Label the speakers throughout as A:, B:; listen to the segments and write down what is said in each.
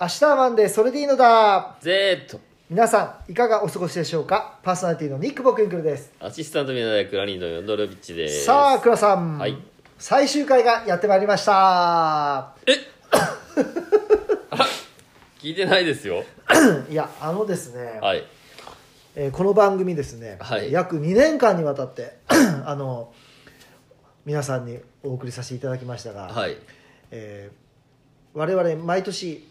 A: 明日はマンデーそれでいいのだ
B: Z
A: 皆さんいかがお過ごしでしょうかパーソナリティのニック・ボクインクルです
B: アシスタント見習いクラニードヨンドロビッチです
A: さあ倉さん、
B: はい
A: 最終回がやってまいりま した
B: 聞いてないですよ
A: いやあのですね、
B: はい
A: えーこの番組ですね、
B: はい
A: 約2年間にわたって あの皆さんにお送りさせていただきましたが、
B: はい
A: えー我々毎年、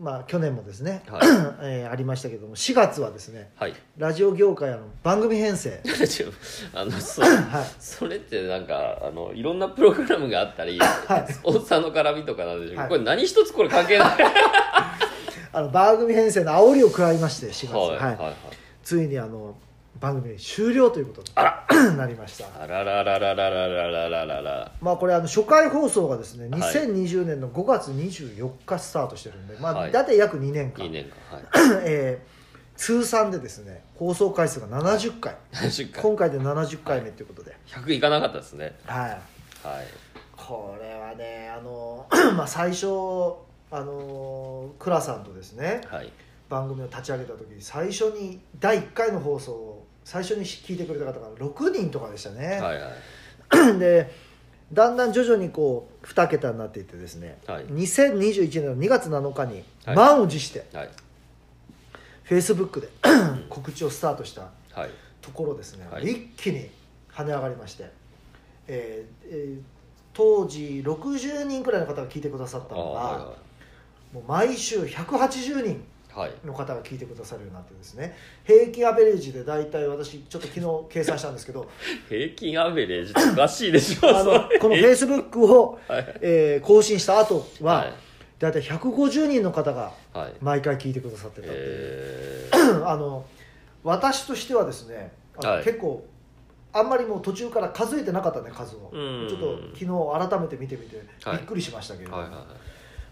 A: まあ、去年もですね、
B: は
A: えーありましたけども4月はですね
B: はい
A: ラジオ業界あの番組編成
B: ちょあのそ
A: はい
B: それってなんかあのいろんなプログラムがあったり、スポンサーの絡みとかなんでしょうけど、
A: はい
B: これ何一つこれ関係ないはい
A: あの番組編成の煽りを食らいまして4月、
B: は
A: は
B: いはいい、はい、
A: ついにあの番組終了ということになりました
B: あららららららららららら
A: まあこれあの初回放送がですね
B: はい
A: 2020年の5月24日スタートしてるんで、ま
B: は
A: あ、
B: い
A: 大体約2年間、
B: いいねんかはい
A: えー通算でですね放送回数が70回
B: 70回
A: 今回で70回目ということで、
B: 100いかなかったですね
A: はい、
B: はい
A: これはねあの まあ最初あの倉さんとですね
B: はい
A: 番組を立ち上げた時最初に第1回の放送を最初に聞いてくれた方が6人とかでしたね、
B: はいは い
A: でだんだん徐々にこう2桁になっていってですね、
B: はい
A: 2021年の2月7日に
B: はい
A: 満を持して
B: はい
A: フェイスブックで 告知をスタートした
B: はい
A: ところですね、
B: はい
A: 一気に跳ね上がりまして、えーえー当時60人くらいの方が聞いてくださっ
B: あ
A: た
B: ー
A: のが、
B: は
A: もう毎週180人
B: いはいはい
A: の方が聞いてくださるようになってですね平均アベレージで大体私ちょっと昨日計算したんですけ ど
B: 平均アベレージっておかしいでしょ
A: あのこのフェイスブックを、
B: はい
A: えー更新した後は、
B: はい
A: 大体150人の方が
B: はい
A: 毎回聞いてくださってたっていう、
B: え
A: あの私としてはですねあの、
B: はい
A: 結構あんまりもう途中から数えてなかったね数を
B: うん
A: ちょっと昨日改めて見てみてび
B: はい
A: っくりしましたけれ
B: ー、
A: ども、
B: はいはいはい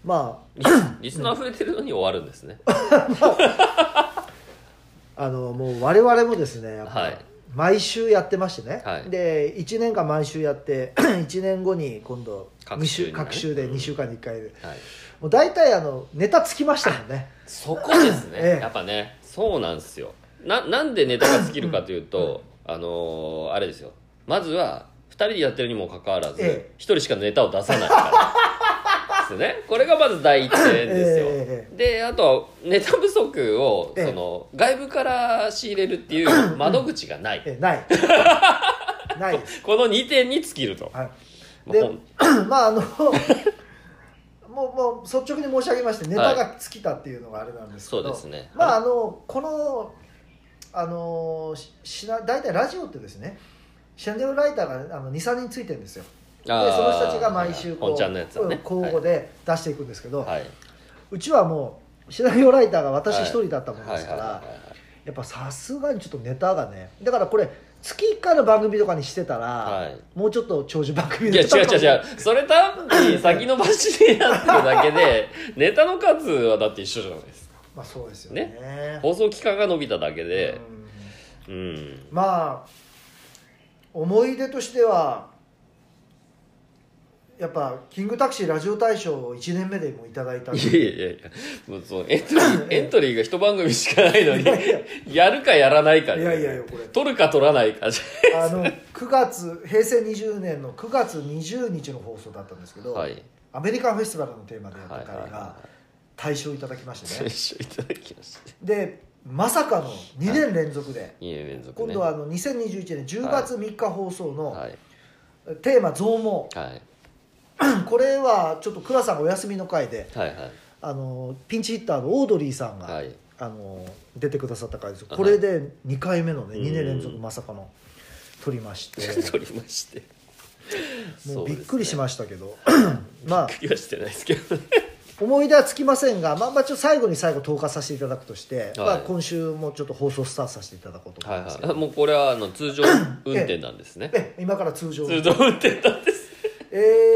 A: ま
B: リリス ナー増えてるのに終わるんで すね
A: ああのもう我々もですねやっぱ、
B: はい
A: 毎週やってましてね、
B: はい
A: で1年間毎週やって 1年後に今度
B: 各週にね
A: 各週で2週間に1回で、
B: はい
A: もう大体あのネタつきましたもんね
B: そこですね、
A: ええ
B: やっぱねそうなんですよななんでネタが尽きるかというと、あのーあれですよまずは2人でやってるにもかかわらず、一
A: え
B: 1人しかネタを出さないからですよねこれがまず第一点 ですよ、
A: え
B: であとはネタ不足を、
A: ええ
B: その外部から仕入れるっていう窓口がない、
A: えない ないです
B: この2点に尽きると、
A: はい、
B: も
A: で
B: う
A: まああの もうもう率直に申し上げましてネタが尽きたっていうのがあれなんですけど、
B: はいそうですね
A: まああのこのあのししな大体ラジオってですねシナリオライターがあの23人ついてるんですよで
B: あー
A: その人たちが毎週こう
B: 本ちゃんのやつはね
A: うん交互で出していくんですけど、
B: はいう
A: ちはもうシナリオライターが私一人だったもん
B: は
A: で
B: い
A: すから、
B: はいはいはい
A: やっぱさすがにちょっとネタがねだからこれ月1回の番組とかにしてたら、
B: はい
A: もうちょっと長寿番組
B: いや
A: だった
B: 違う違う違
A: か
B: うそれ単に先延ばしでやってるだけでネタの数はだって一緒じゃないですか
A: もまあそうですよね
B: 放送期間が伸びただけ
A: う
B: で
A: ん
B: うん、
A: まあ思い出としてはやっぱ「キングタクシーラジオ大賞」を1年目でもいただいたん
B: い
A: で
B: やいやいやもうそのエントリーエントリーが一番組しかないのにやるかやらないかで
A: いやいやいやこれ
B: 取るか取らないかじ
A: あの9月平成20年の9月20日の放送だったんですけ
B: ゃ
A: ど、
B: はい
A: アメリカンフェスティバルのテーマでやった
B: はい
A: 回
B: はい
A: が
B: は
A: 大賞いただきま
B: い
A: して
B: 選
A: ね
B: 手いただきました
A: でまさかの2年連続で、
B: 2年連続ね
A: 今度はあの2021年10月3日放送の
B: はい
A: テーマ「増毛」
B: はい
A: これはちょっと倉さんがお休みの回で
B: はいはい
A: あのピンチヒッターのオードリーさんが、
B: はい
A: あの出てくださった回です
B: はい
A: これで2回目のね
B: うん
A: 2年連続まさかの取りまして
B: 取りまして
A: もうびっくりし
B: し
A: ましたけど、 まあ
B: びっくりはしてないですけどね
A: 思い出はつきませんが、まあ、まあちょっと最後に最後投下させていただくとして、まあ、
B: はい
A: 今週もちょっと放送スタートさせていただこうと思
B: はい
A: ますけ
B: い
A: ど、。
B: はい、もうこれはあの通常運転なんですね
A: え今から通常
B: 通常運転なんです。
A: えー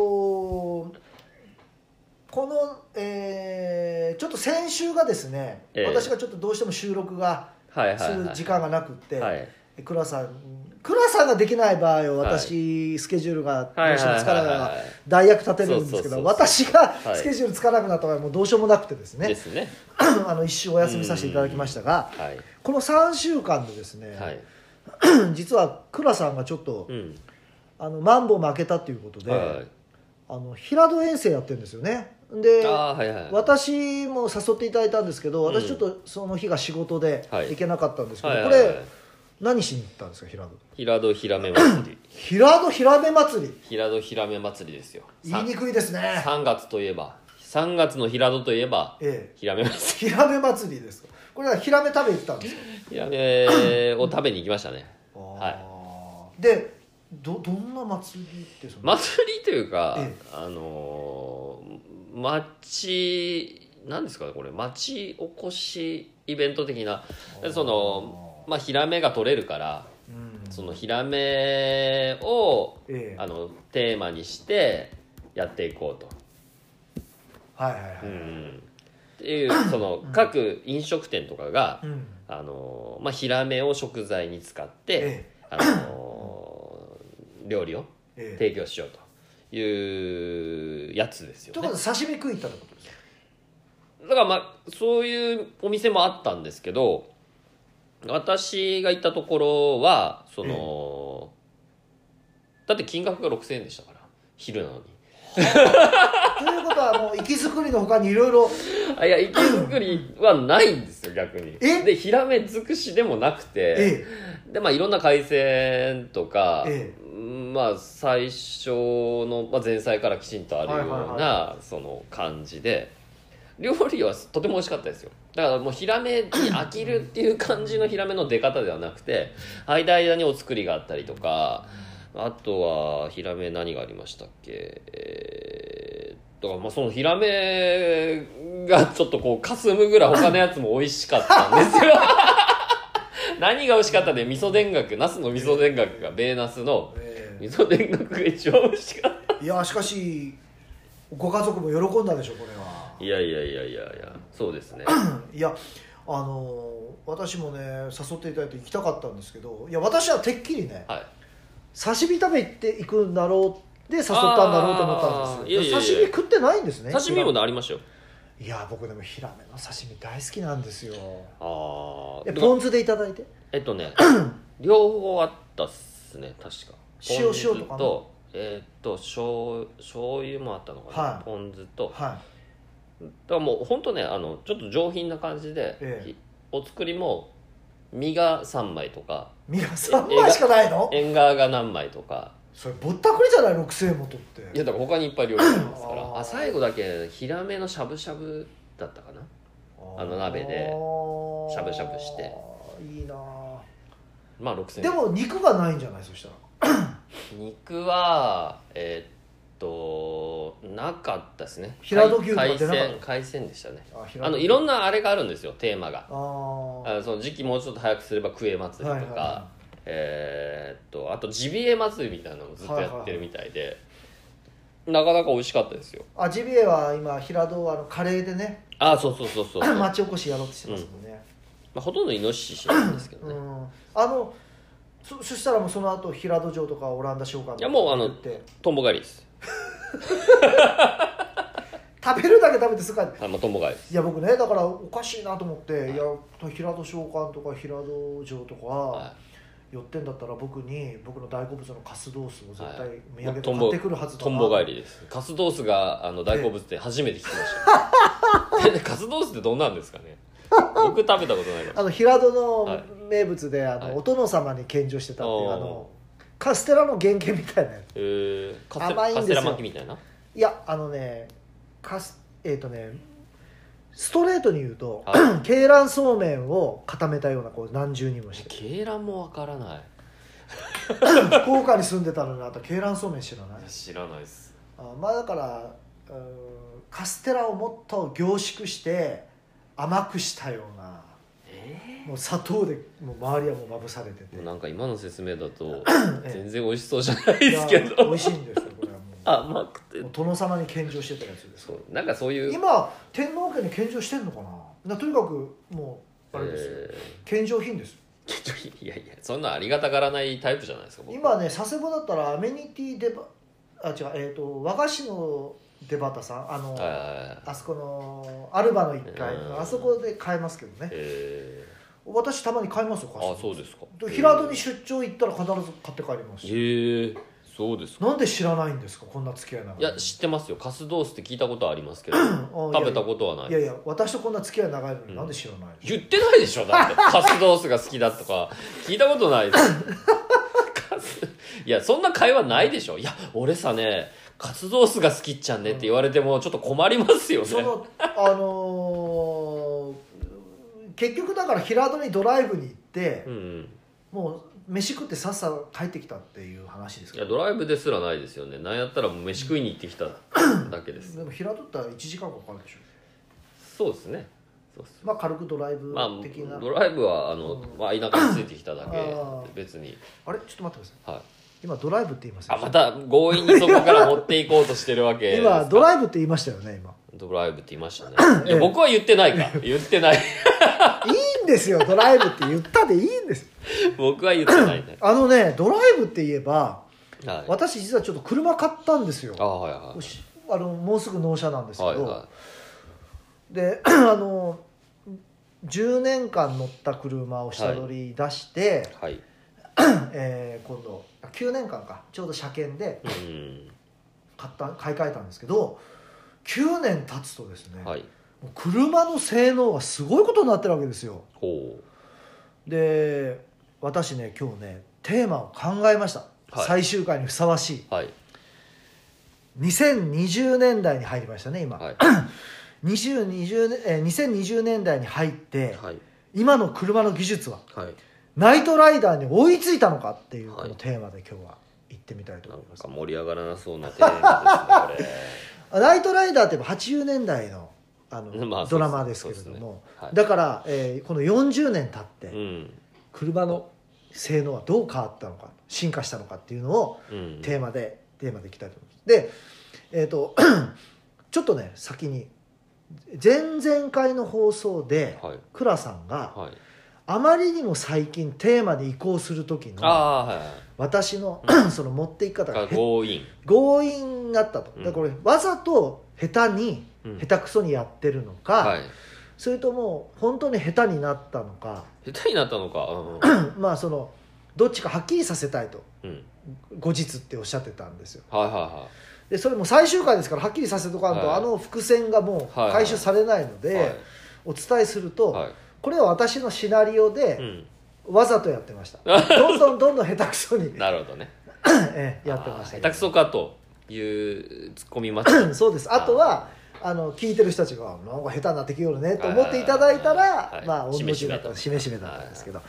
A: とこの、えーちょっと先週がですね、
B: ええ
A: 私がちょっとどうしても収録が
B: はいはい
A: する時間がなくって、
B: はい。はい。
A: 倉さん倉さんができない場合は
B: はい
A: 私、スケジュールがど
B: はいう
A: してもつかな
B: はいはい
A: が
B: はいはい
A: ら代役立てるんですけ
B: そうそうそうそ
A: ど
B: う
A: 私が
B: はい
A: スケジュールつかなくなった場合もうどうしようもなくてですね、
B: ですね
A: あの一周お休みさせていただきましたが
B: はい
A: この3週間でですね、
B: はい
A: 実は倉さんがちょっと、
B: うん
A: あのマンボウ負けたということで、
B: はい
A: あの平戸遠征やってるんですよねで
B: あーはいはい
A: 私も誘っていただいたんですけど
B: うん
A: 私ちょっとその日が仕事で
B: はい
A: 行けなかったんですけど、
B: はい
A: こ
B: はいはい
A: れ何しに行ったんですか平戸
B: 平戸ひらめ祭り
A: 平戸平目祭り
B: 平戸ひらめ祭りですよ
A: 言いにくいですね
B: 3月といえば3月の平戸といえば
A: ええ
B: ひらめ祭
A: 平目祭りですかこれは平目食べ行ったんですか
B: りひ らめを食べに行きましたね
A: はいでどどんな祭りってその、
B: 祭りというか、
A: え
B: あのー町なんですかねこれ町おこしイベント的なでそのまあヒラメが取れるから
A: うん
B: そのヒラメを
A: ええ
B: あのテーマにしてやっていこうと
A: はいはいはい、
B: うんって いうその各飲食店とかが、
A: うん
B: あのーまあ、ヒラメを食材に使って、
A: え
B: あのー料理を
A: ええ
B: 提供しようというやつですよ、
A: という
B: ね
A: こ、とで刺身食い行ったってことですか
B: だからまあそういうお店もあったんですけど私が行ったところはその、だって金額が6000円でしたから昼なのに
A: ということはもう息づくりのほかにいろ いろ
B: あいや池作りはないんですよ逆に
A: え
B: でヒラメ尽くしでもなくて、
A: え
B: でまあいろんな海鮮とか、
A: え
B: うんまあ最初の、まあ、前菜からきちんとあるような、
A: はいはい
B: その感じで料理はとても美味しかったですよだからもうヒラメに飽きるっていう感じのヒラメの出方ではなくて間間にお作りがあったりとかあとはヒラメ何がありましたっけえーだからまあそのヒラメがちょっとこうかすむぐらい他のやつも美味しかったんですよ 何が美味しかったね味噌田楽ナスの味噌田楽がベーナスの
A: ええ
B: 味噌田楽が一番美味しかった
A: いやしかしご家族も喜んだでしょこれはい
B: やいやいやいやいやそうですね
A: いやあのー私もね誘っていただいて行きたかったんですけどいや私はてっきりね
B: はい
A: 刺身食べ行って行くんだろうで誘ったんだろうと思ったんですよ
B: あーいやいやいや
A: 刺身食ってないんですね
B: 刺身もねありましたよ
A: いや僕でもヒラメの刺身大好きなんですよ
B: あ
A: え
B: あ
A: ポン酢でいただいて
B: えっ とね両方あったっすね確か
A: 塩
B: ポン酢
A: 塩とかね
B: えーっと醤醤油もあったのかな、
A: はい
B: ポン酢とだか
A: はい
B: らもう本当ねあのちょっと上品な感じで、
A: ええ
B: いお作りも身が3枚とか
A: 皆さん3枚しかないの
B: 縁側が何枚とか
A: それぼったくりじゃない6000円も取って
B: いやだから他にいっぱい料理がありますから
A: あ
B: あ
A: ー
B: 最後だけヒラメのしゃぶしゃぶだったかなあの鍋でしゃぶしゃぶして
A: あーいいなあ
B: まあ6000円
A: でも肉がないんじゃないそしたら
B: 肉はえーっとなかったですね
A: 平戸牛とか
B: 海
A: 出なかった
B: 鮮海鮮でしたね
A: あ平
B: あの
A: 戸
B: いろんなあれがあるんですよテーマが
A: あー
B: あのその時期もうちょっと早くすればクエ祭りとか、
A: はいはいは
B: えーっとあとジビエ祭りみたいなのもずっとやってるみたいで、なかなか美味しかったですよ
A: あジビエは今平戸はあのカレーでね
B: ああそうそうそうそう、ま
A: 町おこしやろうとしてますもんね、
B: あ、ほとんどイノシシなんですけど
A: うん
B: ね、
A: あのそそしたらもうその後平戸城とかオランダ商館とか
B: いやもうあの
A: 行って
B: トンボ狩りです
A: 食べるだけ食べてすっかり
B: あのトンボ狩りです
A: いや僕ねだからおかしいなと思って、い、や平戸商館とか平戸城とか、
B: は
A: 寄ってんだったら僕に僕の大好物のカスドースを絶対
B: はい
A: 土産で
B: ト
A: 買っ
B: ンボ
A: てくるはずだ
B: ト
A: な、
B: ンボ帰りですカスドースがあの大好物って初めて聞きまし た、えカスドースってどんなんですかね僕食べたことないから
A: あの平戸
B: は
A: の
B: い
A: 名物で、あの
B: はい
A: お殿様に献上してたっていう
B: おー
A: あのカステラの原型みたいなやつ
B: えー、カステ
A: 甘いんですよ
B: カステラ巻きみたいない
A: やあのねかすえっ、とねストレートに言うと
B: は
A: 鶏卵そうめんを固めたようなこう何重にもして
B: 鶏卵もわからない
A: 福岡に住んでたのにあと鶏卵そうめん知らない
B: 知らないです
A: あまあだからうーんカステラをもっと凝縮して甘くしたような
B: え
A: もう砂糖でもう周りはもうまぶされてて
B: ー、もうなんか今の説明だと
A: ええ
B: 全然美味しそうじゃないですけ
A: いや美
B: ど
A: 味しいんですよこ れはもう
B: 甘くて
A: お殿様に献上してたやつです
B: そうなんかそういう
A: 今天皇家に献上してんのかななとにかくもうあれですよ、
B: え
A: 献上品です
B: ーいやいやそんなありがたがらないタイプじゃないですか僕
A: 今ね佐世保だったらアメニティデバあ違うえっ、と和菓子のデバタさんあの、
B: はいはいはい
A: あそこのアルバの1階
B: うん
A: あそこで買えますけどね
B: え
A: 私たまに買いますよ
B: ー
A: 菓子
B: あそうですか
A: で平戸に出張行ったら必ず買って帰ります
B: え
A: し
B: ー、そうですか
A: なんで知らないんですかこんな付き合いなの
B: い
A: に
B: や知ってますよカスドースって聞いたことはありますけど
A: うん
B: 食べたことはない
A: いやいや私とこんな付き合い長いの
B: う
A: に
B: ん
A: なんで知らないの、
B: 言ってないでしょだってカスドースが好きだと か聞いたことないですカスいやそんな会話ないでしょいや俺さねカツドースが好きっちゃんねって言われてもちょっと困りますよね
A: そのあのー結局だから平戸にドライブに行って
B: う、ん
A: もう飯食ってさっさと帰ってきたっていう話です
B: い
A: け
B: や
A: ど
B: ドライブですらないですよねなんやったらもう飯食いに行ってきた だけです
A: でも平戸ったら1時間かかるでしょ
B: そうですねそうです
A: まあ軽くドライブ
B: ま
A: 的な、
B: あ
A: あ、
B: ドライブはあの、
A: うん
B: まあ、田舎についてきただけ
A: あー
B: 別に
A: れちょっと待ってください
B: はい
A: 今ドライブって言いました
B: あ
A: よ
B: また強引にそこから持っていこうとしてるわけです
A: 今
B: か
A: ドライブって言いましたよね今。
B: ドライブって言いましたね いや僕は言ってないか。言ってない。
A: いいんですよドライブって言ったでいいんです
B: 僕は言ってない ね。
A: あのねドライブって言えば
B: はい。
A: 私実はちょっと車買ったんですよ
B: あはいは
A: しあのもうすぐ納車なんです
B: い。
A: け
B: はい
A: ど、
B: は
A: で あの10年間乗った車を下取り出して、
B: い。はい。
A: えー今度あ9年間かちょうど車検で
B: うん。
A: 買った買い替えたんですけど9年経つとですね、
B: はい。
A: もう車の性能がすごいことになってるわけですよ
B: ほう。
A: で私ね今日ねテーマを考えました、
B: はい
A: 最終回にふさわしい
B: はい。
A: 2020年代に入りましたね今、
B: はい。
A: 2020ねえー2020年代に入って、
B: はい。
A: 今の車の技術は
B: はい。
A: ナイトライダーに追いついたのかっていう
B: はい
A: このテーマで今日は行ってみたいと
B: な
A: 思
B: ん
A: います、
B: か盛り上がらなそうなテーマですね、
A: ナイトライダーって言えば80年代のあの、
B: まあ
A: ドラマですけれども、
B: これ。はい。
A: だから、えーこの40年経っ
B: う
A: て
B: ん。
A: 車の性能はどう変わったのか進化したのかっていうのを
B: うん。
A: テーマで、テーマでいきたいと思いますでえっ、と ちょっとね先に前々回の放送で
B: はい。
A: 倉さんが
B: はい。
A: あまりにも最近テーマに移行する時の
B: ああ、はいはい。
A: 私の その持っていき方
B: だか
A: が
B: ら
A: へ
B: 強引。
A: 強引だったと
B: うん
A: だからこれわざと下手に
B: うん
A: 下手くそにやってるのか、
B: はい。
A: それとも本当に下手になったのか
B: 下手になったのか。うん
A: まあそのどっちかはっきりさせたいと
B: うん。
A: 後日っておっしゃってたんですよ
B: はいは
A: でそれも最終回ですからはっきりさせとかんと、
B: はい
A: あの伏線がもう
B: はいはい
A: 回収されないので、
B: いはい。
A: お伝えすると、
B: はい。はい。
A: これは私のシナリオ
B: う
A: で
B: ん。
A: わざとやってま したどんどんどんどん下手くそに、
B: なるほどね。
A: ええやってました
B: あ
A: け
B: ー下手
A: ど。
B: くそかというツッコミ待ち
A: そうですあとはあの聞いてる人たちが「なんか下手になってきよるね」と思っていただいたら、
B: はい
A: まあ
B: しめしめ
A: だ
B: だ
A: った
B: と
A: しめしめだったんですけど、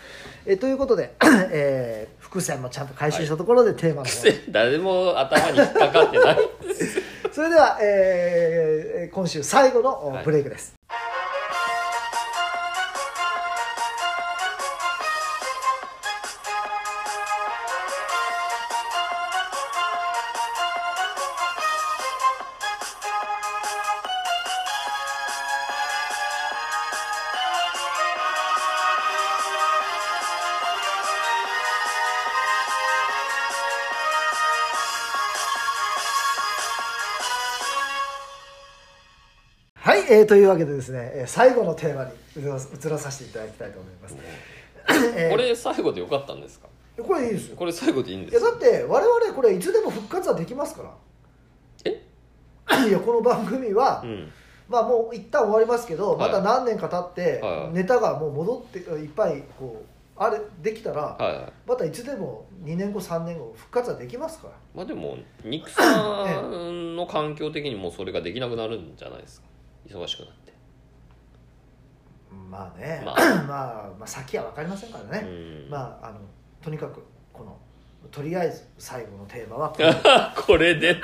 A: えということで、 えー伏線もちゃんと回収したところでテーマの方、
B: 誰も頭に引っかかってない
A: それでは、えー今週最後の
B: はい
A: ブレイクです、はい、えーというわけでですね、えー最後のテーマに移ら移らさせていただきたいと思います、えー
B: これ最後でよかったんですか
A: これいいですよ
B: これ最後でいいん
A: い
B: で
A: や
B: す
A: だ
B: か
A: って我々これいつでも復活はできますから
B: え
A: いやこの番組は、
B: うん
A: まあもう一旦終わりますけど、ま
B: はい
A: た何年か経って、
B: はいはい
A: ネタがもう戻っていっぱいこうあれできたら、
B: はいはい
A: またいつでも2年後3年後復活はできますから
B: まあでも肉さんの環境的にもうそれができなくなるんじゃないですか忙しくなって
A: まあね、 ま
B: ま
A: あ
B: あ
A: まあ、先は分かりませんからね、
B: うん
A: まああのとにかくこのとりあえず最後のテーマはこれ
B: あ これで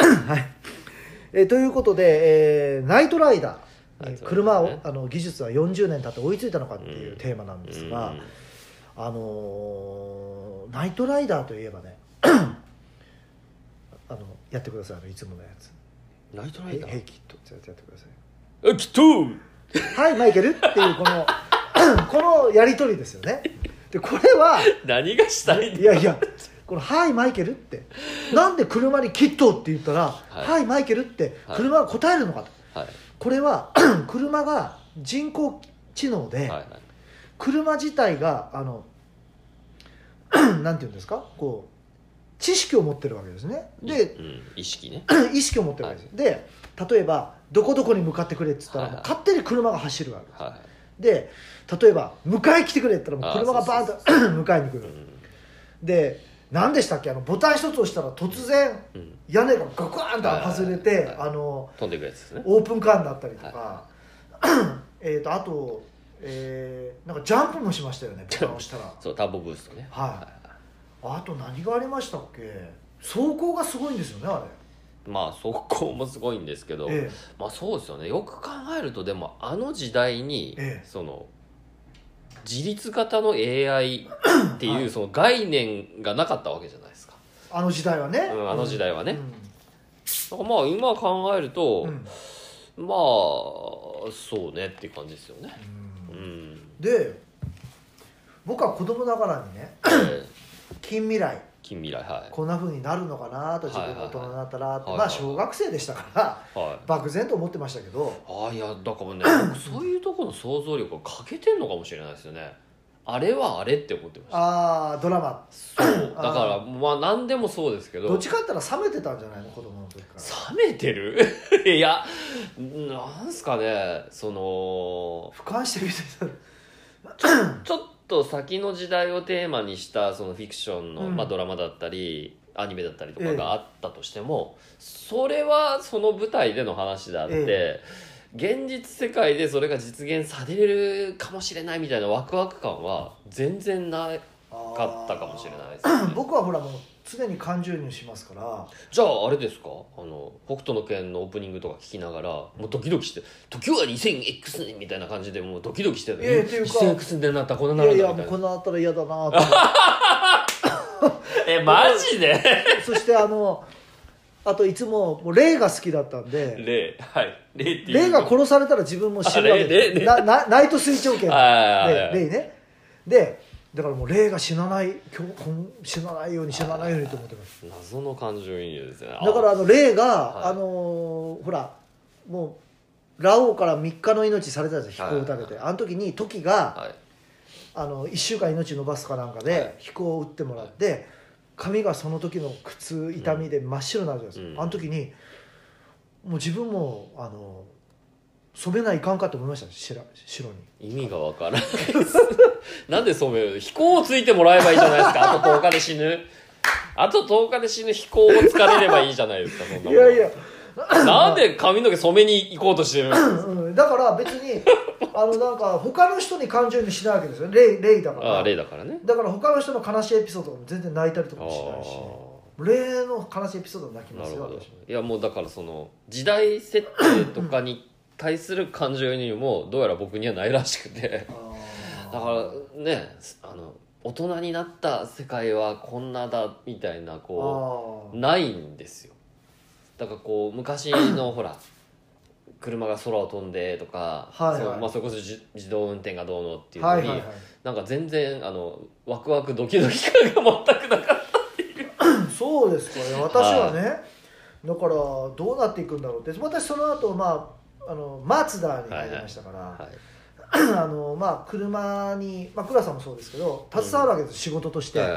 A: えということで、えーナイトライダー
B: ナイ
A: に
B: トライダーね
A: 車を、あの技術は40年経って追いついたのかっていううんテーマなんですが、
B: うん
A: あのーナイトライダーといえばね あのやってくださいあのいつものやつ
B: ナイト
A: 「
B: ラ
A: ヘイ
B: イダ
A: ヘイ
B: ー
A: キッド」ってやつやってください
B: あきっと
A: 「はいマイケル」っていうこのこのやり取りですよねでこれは
B: 何がしたいんだ
A: いやいやこの「はいマイケル」ってなんで車に「キット」って言ったら「
B: い
A: はいマイケル」って車が答えるのかと
B: はい
A: これは 車が人工知能で、
B: はいはい
A: 車自体があの なんて言うんですかこう知識を持ってるわけですねで
B: うん、意識ね
A: 意識を持ってるわけです、で例えばどこどこに向かってくれって言ったら、
B: はいはい
A: 勝手に車が走るわけ
B: はいは
A: で例えば迎え来てくれって言ったらもう車がバーンと 迎えに来
B: い、う
A: る
B: ん
A: で何でしたっけあのボタン一つ押したら突然
B: うん、
A: 屋根がガクワーンと外れて、
B: はいはいはい
A: あの
B: 飛んでいくやつですね
A: オープンカーになったりとか、 えーとあと、えーなんかジャンプもしましたよねボタン押したら
B: そうターボブーストね
A: はいあと何がありましたっけ走行がすごいんですよねあ
B: まあ走行もすごいんですけど、
A: れ、え
B: まあそうですよねよく考えるとでもあの時代に、
A: ええ
B: その自立型の AI ってい
A: は
B: うその概念がなかったわけじゃないですか、
A: えあの時代はね、
B: うんあの時代はね
A: うん
B: だからまあ今考えると、
A: うん
B: まあそうねっていう感じですよね
A: う
B: うんん
A: で僕は子供ながらにね
B: えー
A: 近未来
B: 近未来は
A: こんなふうになるのかなと自分が大人になったらってまあ
B: はいはいはい
A: 小学生でしたから
B: いはい
A: 漠然と思ってましたけど
B: ああいやだからね 僕そういうところの想像力が欠けてんのかもしれないですよねあれはあれって思ってました
A: ああドラマ
B: そうだ
A: あー
B: からまあ何でもそうですけど
A: どっちかって言ったら冷めてたんじゃないの子供の時から
B: 冷めてる いやなんすかねその
A: 俯瞰して見てた
B: ちょっと先の時代をテーマにしたそのフィクションの、
A: うん
B: まあ、ドラマだったりアニメだったりとかがあったとしても、それはその舞台での話であって、
A: え
B: 現実世界でそれが実現されるかもしれないみたいなワクワク感は全然なかったかもしれないで す ね
A: 僕はほらもう常に感情移入しますから
B: じゃああれですかあの北斗の拳のオープニングとか聞きながらもうドキドキして「時は 2000X 年」みたいな感じでもうドキドキしてる、
A: いやっていうか
B: 2000X 年になったこんなないる
A: や
B: ん
A: い
B: だ
A: や
B: み
A: もう
B: たい
A: こ
B: な
A: のなったら嫌だなと思って
B: えマジで
A: そして あのあといつももう霊が好きだったんで
B: 霊はい霊っていう
A: 霊が殺されたら自分も死ぬわけ
B: あ霊霊
A: でななナイト水長剣
B: はいはいはい
A: で霊ねでだからもう霊が死なない今日こん死なないように死なないようにと思ってます
B: 謎の感情移入ですよね
A: だからあの霊が、
B: はい
A: あのーほらもうラオウから3日の命されたじゃん飛行を打たれて、
B: はいはい
A: あの時にトキが、
B: あはい
A: あの1週間命延ばすかなんか
B: は
A: で
B: い
A: 飛行を打ってもらって、髪がその時の苦痛痛みで真っ白になるじゃないですか、
B: うん
A: あの時にもう自分もあの染めないかんかと思いました白白に
B: 意味がわからないです なんでそうめる飛行をついてもらえばいいじゃないですかあと10日で死ぬあと10日で死ぬ飛行をつかれればいいじゃないですかそんなも
A: い
B: ん
A: やいや、
B: なんで髪の毛染めに行こうとしてる
A: うん、だから別 にあのなんか他の人に感情にしないわけですよ霊霊だか
B: あ
A: ら
B: あ例だからね
A: だから他の人の悲しいエピソードとかも全然泣いたりと
B: あ
A: か
B: あ
A: もしないし霊の悲しいエピソードは泣きま
B: な
A: す
B: る
A: よ
B: ほど
A: 私
B: いやもうだからその時代設定とかに対する感情移入もどうやら僕にはないらしくて
A: あー
B: だからねあの大人になった世界はこんなだみたいなこ
A: あ
B: う
A: ー
B: ないんですよだからこう昔のほら 車が空を飛んでとか、
A: はいはい
B: そうまあ、それこそ自自動運転がどうのっていうの
A: は
B: に、
A: いはいはい
B: なんか全然あのワクワクドキドキ感が全くなかっ
A: そうですかね私はね、だからどうなっていくんだろうって私その後、まああのマツダに入りましたから、
B: た、はい、
A: あのまあ、車に、まあ、倉さんもそうですけど携わるわけです、仕事として、だか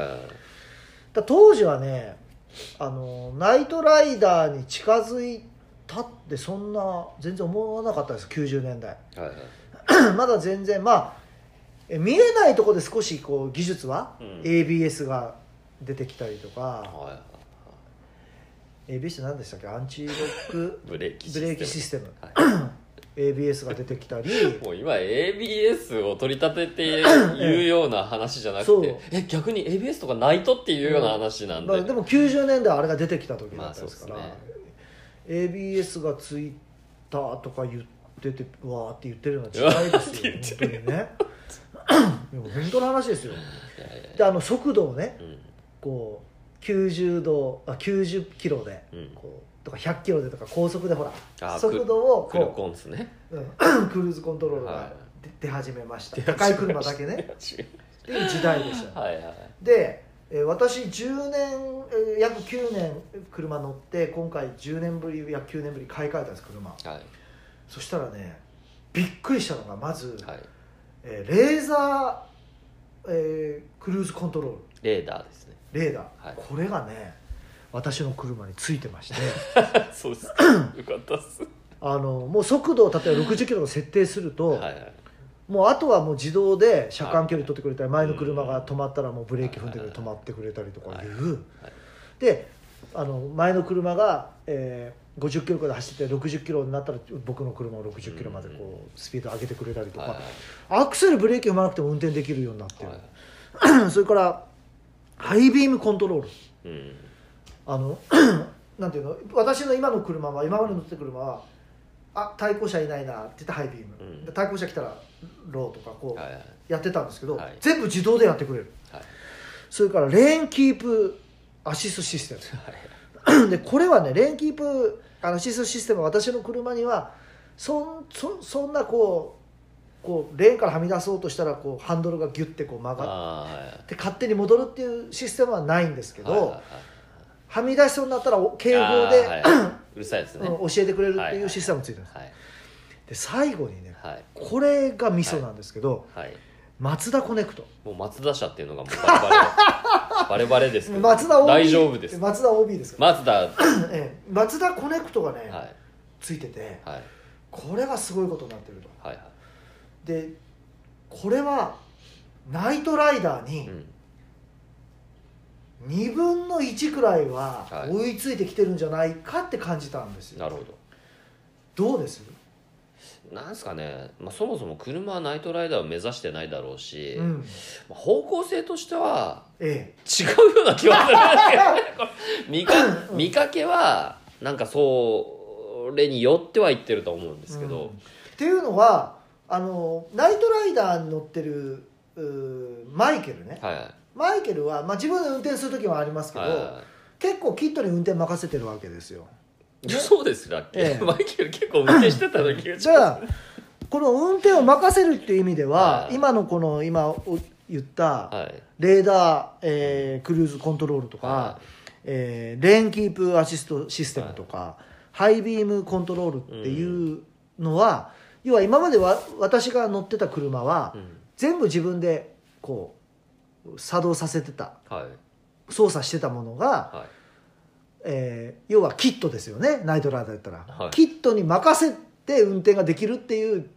A: ら当時はねあのナイトライダーに近づいたってそんな全然思わなかったです90年代
B: はいはい
A: まだ全然まあえ見えないところで少しこう技術は、
B: うん
A: ABS が出てきたりとか、
B: はい
A: ABS って何でしたっけアンチロッ ク
B: ブレーキ
A: ブレーキシ
B: シス
A: ステム
B: テム、は
A: ABS が出てきたり
B: い、もう今 ABS を取り立てて言うような話じゃなく
A: そう
B: てえ逆に ABS とかないとっていうような話なんで、
A: まあでも90年代はあれが出てきた時だ
B: まあ
A: ったですから、
B: そう
A: ABS がついたとか言っててわーって言ってるのは違い ですよ本当にねでも本当の話ですよ
B: いやいや
A: であの速度をね
B: うん
A: こう90度あ90キロで
B: うん
A: こうとか100キロでとか高速でほ
B: あ
A: ら
B: ー
A: 速度を
B: クルコ
A: こ
B: ンスね
A: う、うんクルーズコントロールが出始めました、高い車だけね
B: 違う
A: っていう時代でした
B: はいはい
A: でえー私10年えー約9年車乗って今回10年ぶり約9年ぶり買い替えたんです車
B: はい
A: そしたらねびっくりしたのがまず、
B: はい
A: えーレーザー、えークルーズコントロール
B: レーダーですね
A: レーダー、
B: はい
A: これがね私の車についてまして
B: そうですかよかったっす
A: あのもう速度を例えば60キロを設定すると、
B: はいはい
A: もうあとはもう自動で車間距離取ってくれたり前の車が止まったらもうブレーキ踏んでくれ
B: はい
A: 止まってくれたりとかいう、
B: はい
A: であの前の車が、えー50キロからい走ってて60キロになったら僕の車を60キロまでこうスピード上げてくれたりと
B: はい
A: か、アクセルブレーキ踏まなくても運転できるようになってる
B: は、
A: それからハイビームコントロール
B: いうん
A: あの なんていうの私の今の車は今まで乗ってた車はあ対向車いないなって言ってハイビーム、
B: うん
A: で対向車来たらローとかこう、
B: はいはい
A: やってたんですけど、
B: はい
A: 全部自動でやってくれる
B: はい
A: それからレーンキープアシストシステ
B: はい
A: ム でこれはねレーンキープアシストシステムは私の車にはそんそそんなこうこうレーンからはみ出そうとしたらこうハンドルがギュッてこう曲がっ
B: あーはいはい
A: て勝手に戻るっていうシステムはないんですけど、
B: はいはいはい
A: はみ出しそうになったらお敬語で、
B: あーはいうるさいですね
A: うん教えてくれるっ
B: は
A: て
B: い
A: い
B: は
A: う
B: い
A: システムついてるんです、
B: はい
A: で最後にね
B: はい
A: これがミソなんですけど、
B: はい
A: マツダコネクト
B: もう松田社っていうのがもうバレバレバレバレですけど
A: マツダ OB
B: 大丈夫です
A: マツダ OB ですから
B: 松田は
A: ええ、マツダコネクトがね、
B: いはい
A: ついてて
B: はい
A: これがすごいことになってると
B: はい
A: でこれはナイトライダー
B: う
A: に
B: ん
A: 2分の1くらいは
B: はい
A: 追いついてきてるんじゃないかって感じたんですよ、
B: なるほど
A: どうです、
B: なんすかね、まあ、そもそも車はナイトライダーを目指してないだろうし、
A: うん
B: まあ方向性としては
A: え
B: 違うような気はする
A: え
B: 見か見かけはなんかそれによってはいってると思うんですけ
A: うん
B: ど、
A: っていうのはあのナイトライダーに乗ってるうーマイケルね
B: はいはい
A: マイケルは、まあ、自分で運転する時もありますけど、
B: はいは
A: 結構キットに運転任せてるわけですよ
B: いそうですだっけ、
A: ええ
B: マイケル結構運転してた時が
A: じゃあこの運転を任せるっていう意味では、
B: はい
A: 今のこの今お言った
B: はい
A: レーダー、えークルーズコントロールとか、
B: は
A: えーレーンキープアシストシステムとか、ハイビームコントロールっていうのは、要は今までわ私が乗ってた車は、
B: うん
A: 全部自分でこう作動させてた
B: はい
A: 操作してたものが、
B: はい
A: えー要はキットですよねナイトライダーだったら、
B: はい
A: キットに任せて運転ができるっていう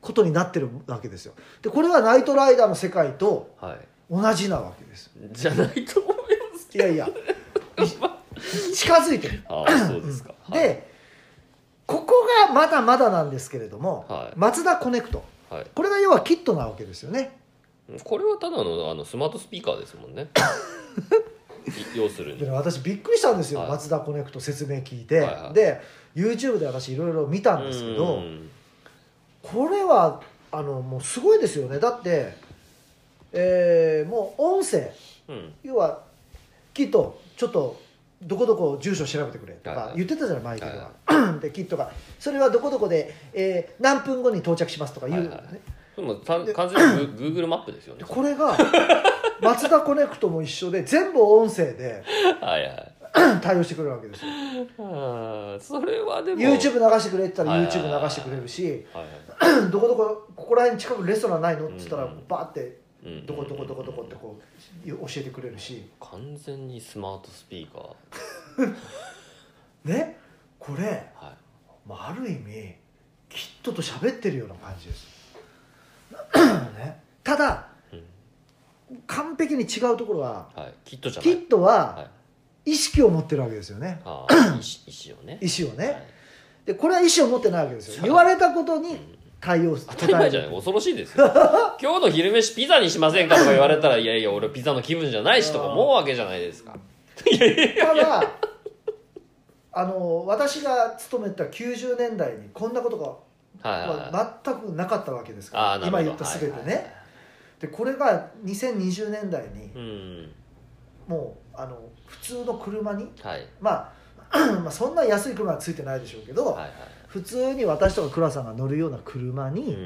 A: ことになってるわけですよでこれはナイトライダーの世界と
B: はい
A: 同じなわけです
B: じゃないと思います
A: いやいや い近づいてる
B: ああそうですか、はい、
A: でここがまだまだなんですけれども、
B: はい
A: マツダコネクト
B: はい、
A: これが要はキットなわけですよね
B: これはただのあのスマートスピーカーですも んねい要するに
A: でね私びっくりしたんですよ、
B: はい
A: マツダコネクト説明聞いて、
B: はいはい
A: で YouTube で私いろいろ見たんですけど、
B: うん
A: これはあのもうすごいですよねだって、えーもう音声
B: うん
A: 要はキットちょっとどこどこ住所調べてくれと
B: はい
A: か
B: はい
A: 言ってたじゃないマイケルが、 でキットがそれはどこどこで、えー何分後に到着しますとか言う、ね
B: はいはいはいでもた完 全にグ Google マップですよね
A: でこれがマツダコネクトも一緒で全部音声で
B: はいはい
A: 対応してくれるわけですよ
B: あーそれはでも
A: YouTube 流してくれって言った
B: は
A: ら
B: いはいはい
A: YouTube 流してくれるし
B: はいは
A: どこどこここら辺近くレストランないのって言ったら
B: うん
A: バーって
B: いうん
A: どこどこどこどこってこう教えてくれるし
B: 完全にスマートスピーカー
A: ねこれ、
B: はい
A: まあ、ある意味キットと喋ってるような感じです、 ね、ただ
B: うん
A: 完璧に違うところは
B: はいキットじゃ
A: キ
B: ない
A: ット
B: は
A: はい意識を持ってるわけですよね
B: あー石石をね
A: 意思を
B: は
A: ね
B: い
A: でこれは意思を持ってないわけです
B: そ
A: よ
B: う
A: 言われたこと
B: う
A: に
B: ん
A: 対応す
B: 当たり前じゃない恐ろしいですよ 今日の昼飯ピザにしませんかとか言われたらいやいや俺ピザの気分じゃないしとか思うわけじゃないですか
A: ただあの私が勤めた90年代にこんなことが
B: はいはいはい、
A: まあ全くなかったわけです
B: あ
A: から
B: ーなるほ
A: 今
B: ど
A: 言った全てね、
B: はいはいはい
A: でこれが2020年代に
B: うん
A: もうあの普通の車に
B: はい
A: まあ まあそんな安い車はついてないでしょうけど、
B: はいは
A: 普通に私とか倉さんが乗るような車
B: い。うん
A: に、
B: うん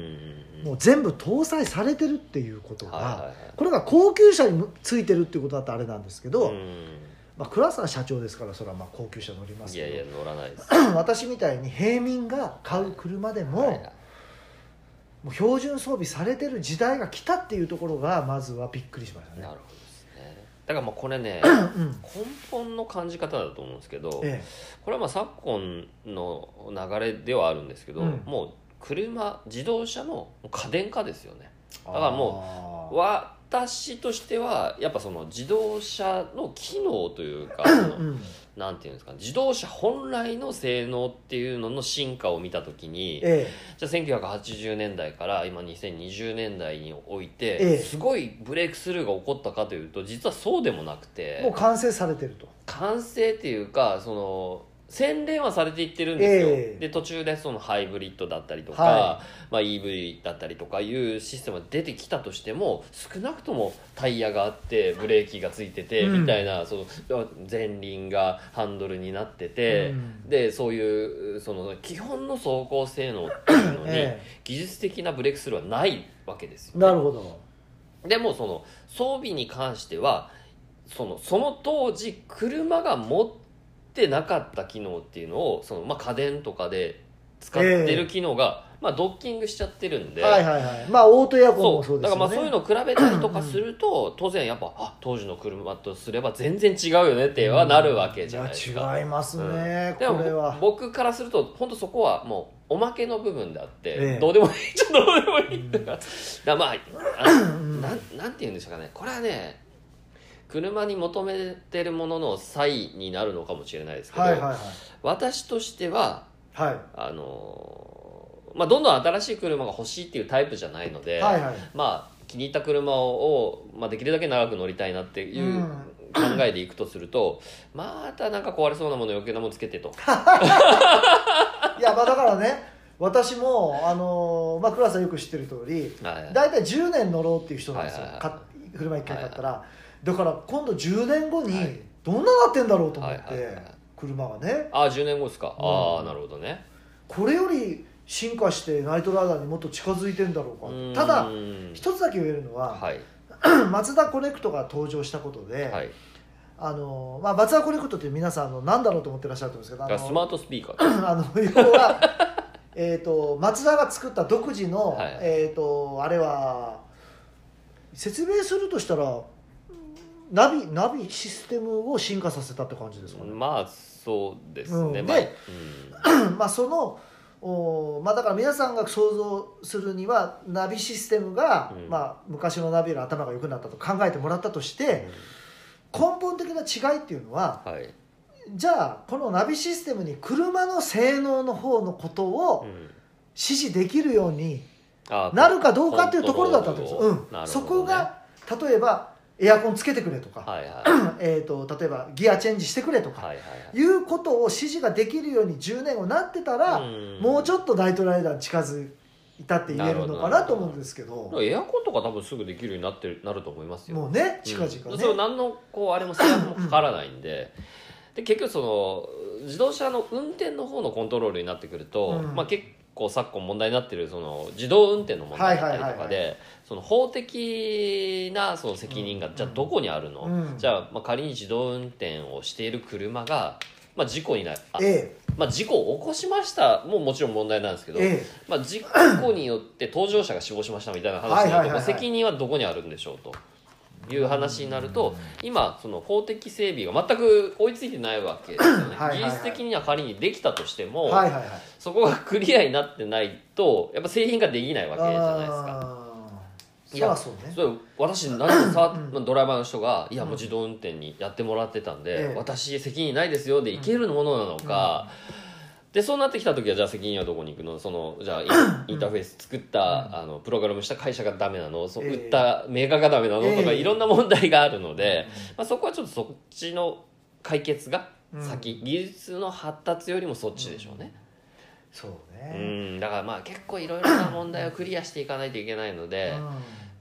B: うん
A: もう全部搭載されてるっていうことが、
B: はいはいはい
A: これが高級車についてるっていうことだったらあれなんですけど、
B: うん
A: まあ、倉さん社長ですからそれはまあ高級車乗ります
B: い
A: けど
B: やいや乗らないです。
A: 私みたいに平民が買う車でも,、
B: はいはい
A: もう標準装備されてる時代が来たっていうところがまずはびっくりしましたね
B: なるほどですね。だからもうこ れね
A: うん
B: 根本の感じ方だと思うんですけど、
A: え
B: これはまあ昨今の流れではあるんですけど、
A: うん
B: もう車自動車の家電化ですよね。
A: え、だ
B: からも私としてはやっぱその自動車の機能というか
A: うん、
B: なんていうんですか自動車本来の性能っていうのの進化を見た時に
A: え
B: じゃあ1980年代から今2020年代において、
A: ええ
B: すごいブレイクスルーが起こったかというと実はそうでもなく
A: え
B: て
A: もう完成されてると
B: 完成っていうかその洗練はされていってるんですよ、
A: ええ
B: で途中でそのハイブリッドだったりとか、
A: は
B: まあ、EV だったりとかいうシステムが出てきたとしても少なくともタイヤがあってブレーキがついてて、
A: うん
B: みたいなその前輪がハンドルになってて、
A: うん
B: でそういうその基本の走行性能っていうのに、
A: え
B: 技術的なブレイクスルーはないわけですよ
A: え、なるほど
B: でもその装備に関してはそのその当時車が持ってなかった機能っていうのをその、まあ、家電とかで使ってる機能が、まあ、ドッキングしちゃってるんで。
A: はいはいはいまあオートエアコンも
B: そ
A: そう
B: う
A: で
B: だ
A: す
B: か
A: よ
B: ら
A: ね
B: まあそういうのを比べたりとかすると当然やっぱあ当時の車とすれば全然違うよねってはなるわけじゃないですか、
A: いや違いますね、
B: で
A: これ
B: も
A: は
B: 僕からすると本当そこはもうおまけの部分であって、
A: ええ
B: どうでもいいちょっとどうでもいいんだから,、まああ
A: ん
B: なんなんて言うんでしょうかねこれはね車に求めてるものの差異になるのかもしれないですけど、
A: はいはいはい
B: 私としては
A: はい
B: あのーまあ、どんどん新しい車が欲しいっていうタイプじゃないので、
A: はいはい
B: まあ、気に入った車を、まあ、できるだけ長く乗りたいなっていううん考えでいくとすると、またなんか壊れそうなもの余計なものつけてと。
A: いやまあだからね私もあのーまあ倉さんよく知ってる通り
B: はい
A: 大体10年乗ろうっていう人なんですよ、
B: はいはいはい
A: か車1回買ったら、だから今度10年後に
B: はい
A: どんななってんだろうと思って、
B: はいはいはい
A: 車がね
B: ああ10年後ですか、あ
A: う
B: あ
A: ん
B: なるほどね
A: これより進化してナイトライダーにもっと近づいてんだろ
B: う
A: う
B: ーん
A: かただ一つだけ言えるのは、
B: はい
A: マツダコネクトが登場したことで、
B: はい
A: あのーまあ、マツダコネクトって皆さんあの何だろうと思ってらっしゃると思うんですけどあ
B: だ
A: の
B: からスマートスピーカーです
A: あの 要は えーとマツダが作った独自の、
B: はい
A: えー、とあれは説明するとしたらナビナビシステムを進化させたって感じですかね、
B: まあそうですね、
A: うん
B: まあ
A: でまあそのおーまあ、だから皆さんが想像するにはナビシステムが、
B: うん
A: まあ、昔のナビより頭が良くなったと考えてもらったとして根本的な違いっていうのは
B: うんはい、
A: じゃあこのナビシステムに車の性能の方のこと
B: う
A: を
B: ん
A: 指示できるように
B: あ
A: なるかどうかっていうところだったんですよ、
B: コ
A: う
B: ントロールをなるほどね
A: ん、そこが例えばエアコンつけてくれとか、
B: はいはい
A: えー、と例えばギアチェンジしてくれとか、
B: はいはい
A: い、うことを指示ができるように10年後なってたら、
B: はい
A: もうち
B: ょっ
A: ょっとナイトライダーに近づいたって言えるのか
B: な
A: な
B: る
A: と
B: ほど
A: 思うんですけど
B: エアコンとか多分すぐできるようになってるなると思いますよ
A: もうね
B: うん
A: 近々ね、
B: そう何のこうあれも制約もかからないんでで結局その自動車の運転の方のコントロールになってくると、
A: うん
B: まあ、結構昨今問題になってるその自動運転の問題だったりと
A: は
B: か
A: いはいは
B: でその法的なその責任が、
A: うん
B: じゃあどこにあるの、
A: うん
B: じゃあまあ仮に自動運転をしている車が、まあ、事故になあ
A: え
B: まあ、事故を起こしましたももちろん問題なんですけ
A: え
B: ど、
A: え
B: まあ、事故によって搭乗者が死亡しましたみたいな話にな
A: はいは
B: る
A: いはい
B: とま
A: は
B: あ
A: い
B: 責任はどこにあるんでしょうという話になると今その法的整備が全く追いついてないわけですよね
A: はいはいはい
B: 技術的には仮にできたとして
A: え
B: も、
A: はいはいはい
B: そこがクリアになってないとやっぱ製品ができないわけじゃないですか。
A: あー
B: い
A: そり
B: や
A: ゃそうね
B: そう私なんでさ、
A: う
B: ドライバーの人が「いや
A: うん
B: もう自動運転にやってもらってたんで、
A: ええ
B: 私責任ないですよ」でいけるものなのか、でそうなってきた時はじゃあ責任はどこに行くのそのじゃあイ ンインターフェース作った、あのプログラムした会社がダメなの、そう
A: ええ
B: 売ったメーカーがダメなのとか、
A: ええ
B: いろんな問題があるので、まあ、そこはちょっとそっちの解決が先、技術の発達よりもそっちでしょうね。
A: そう
B: う
A: ね、
B: んだからまあ結構いろいろな問題をクリアしていかないといけないので、
A: うん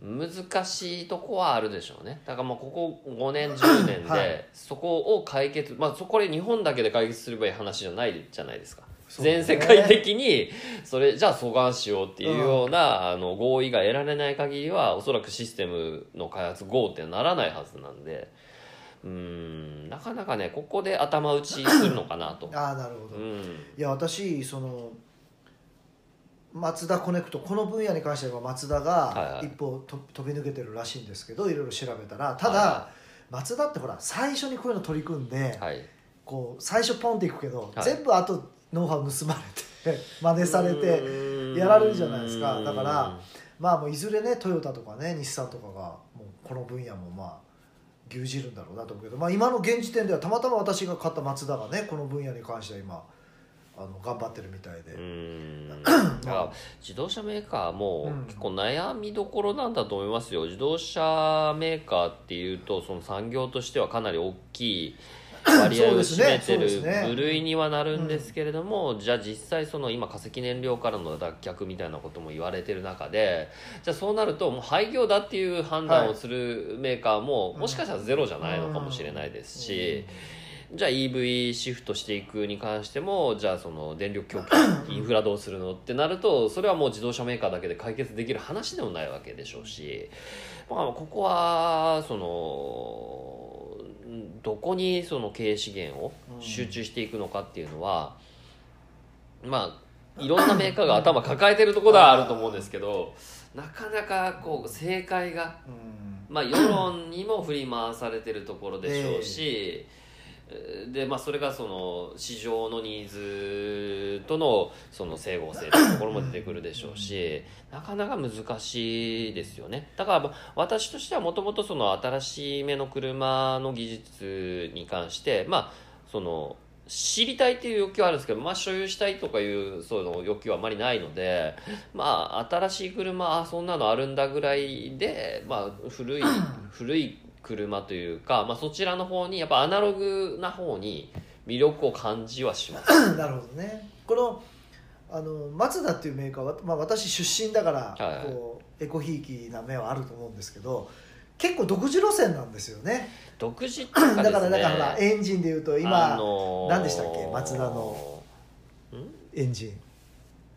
B: 難しいとこはあるでしょうねだからまあここ5年10年
A: は
B: で
A: い
B: そこを解決、まあそこで日本だけで解決すればいい話じゃないじゃないですか
A: そうね
B: 全世界的にそれじゃあ阻害しようっていうような、あの合意が得られない限りはおそらくシステムの開発 GO ってならないはずなんでうーんなかなかねここで頭打ちするのかなと
A: ああなるほど、
B: う
A: い
B: ん
A: や私その松田コネクトこの分野に関しては松田
B: はい
A: が
B: はい
A: 一歩と飛び抜けてるらしいんですけどいろいろ調べたらただ、
B: は
A: 松田ってほら最初にこういうの取り組んで、
B: はい
A: こう最初ポンっていくけど、
B: はい
A: 全部あとノウハウ盗まれて真似されてやられるじゃないですかだからまあもういずれねトヨタとかね日産とかがもうこの分野もまあ牛耳るんだろうなと思うけど、まあ、今の現時点ではたまたま私が買った松田がねこの分野に関しては今あの頑張ってるみたいで、
B: うーんだか
A: ま
B: ら自動車メーカーも
A: うん
B: 結構悩みどころなんだと思いますよ自動車メーカーっていうとその産業としてはかなり大き い割合を占めて
A: そうですねそうですね
B: る部類にはなるんですけれども、じゃあ実際その今化石燃料からの脱却みたいなことも言われてる中でじゃあそうなるともう廃業だっていう判断をするメーカーも、
A: はい
B: もしかしたらゼロじゃないのかもしれないですし。じゃあ EV シフトしていくに関してもじゃあその電力供給インフラどうするのってなるとそれはもう自動車メーカーだけで解決できる話でもないわけでしょうし、まあ、ここはそのうんどこにその経営資源を集中していくのかっていうのは、まあいろんなメーカーが頭抱えてるところではあると思うんですけどなかなかこう正解が
A: うんうん
B: まあ、世論にも振り回されてるところでしょうし、でまあ、それがその市場のニーズとのその整合性というところも出てくるでしょうしなかなか難しいですよねだからまあ私としてはもともとその新しめの車の技術に関して、まあ、その知りたいっていう欲求はあるんですけど、まあ、所有したいとかいうその欲求はあまりないので、まあ、新しい車あそんなのあるんだぐらいで、まあ、 古い古い車というか、まあ、そちらの方にやっぱアナログな方に魅力を感じはします
A: なるほどねこのあの松田っていうメーカーは、まあ、私出身だから、
B: はいはい
A: こうエコひいきな目はあると思うんですけど結構独自路線なんですよね
B: 独自っていうか
A: だ
B: ですね
A: からだからほらエンジンでいうと今、
B: あのー
A: 何でしたっけマツダのエンジン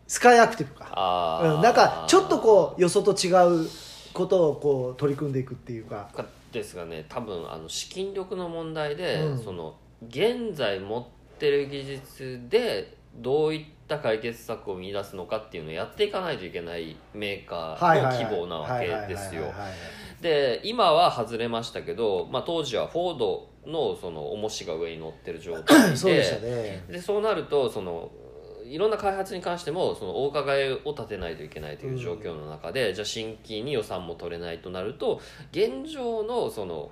A: スカイアクティブか、
B: あー
A: うん、なんかちょっとこうよそと違うことをこう取り組んでいくっていうか
B: かですがね多分あの資金力の問題で、
A: うん
B: その現在持ってる技術でどういった解決策を見出すのかっていうのをやっていかないといけないメーカーの規模なわけですよ
A: はいはいはいはいはい
B: で今は外れましたけど、まあ、当時はフォードのその重しが上に乗ってる状態で
A: そうでしたね
B: でそうなるとそのいろんな開発に関してもそのお伺いを立てないといけないという状況の中で、じゃあ新規に予算も取れないとなると現状のその、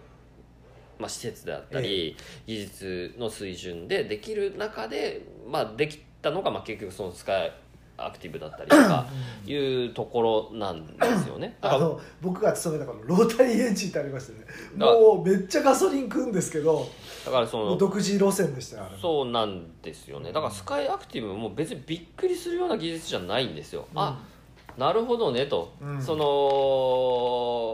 B: まあ、施設であったり、技術の水準でできる中で、まあ、できたのが、まあ、結局そのスカイアクティブだったり とかいうところなんですよね。だ
A: あ
B: から
A: の僕が勤めたこのロータリーエンジンってありましたね
B: あ
A: もうめっちゃガソリン食うんですけど
B: だからそ
A: もう
B: の
A: 独自路線でしたよあれ
B: そうなんですよねだからスカイアクティブも別にびっくりするような技術じゃないんですよ、あなるほどねと、
A: うん
B: そ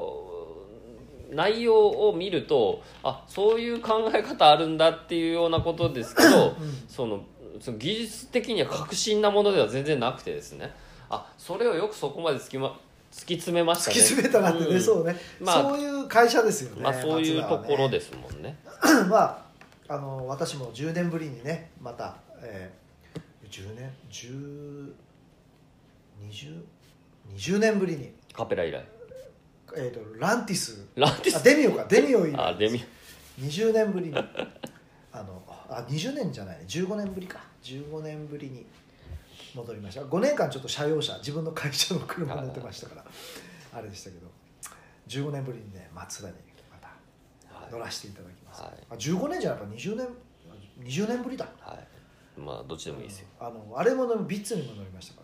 B: の内容を見るとあそういう考え方あるんだっていうようなことですけど、
A: ん
B: そのその技術的には革新なものでは全然なくてですねあそれをよくそこまで突き,、ま、突き詰めました
A: 突
B: ね
A: き詰めたなってね、
B: うん
A: そうね、
B: まあ
A: そういう会社ですよね、
B: まあ、そういうところ
A: で
B: ですもんね
A: まあ、あの私も10年ぶりにねまた、えー、10年10 20 20年ぶりに、
B: カペラ以来
A: えー、とランティス
B: ランティ
A: あ
B: ス
A: デミオかデミオ以
B: あ
A: 来
B: デミ
A: 20年ぶりにあのあ20年じゃないね15年ぶりか15年ぶりに戻りました5年間ちょっと車用車自分の会社の車乗ってましたからあれでしたけど15年ぶりにね松田にまた
B: はい
A: 乗らせていただきます、
B: はい
A: あ15年じゃやっぱ20年20年ぶりだ
B: はい。まあどっちでもいいですよ。
A: あのあれも乗るビッツにも乗りましたか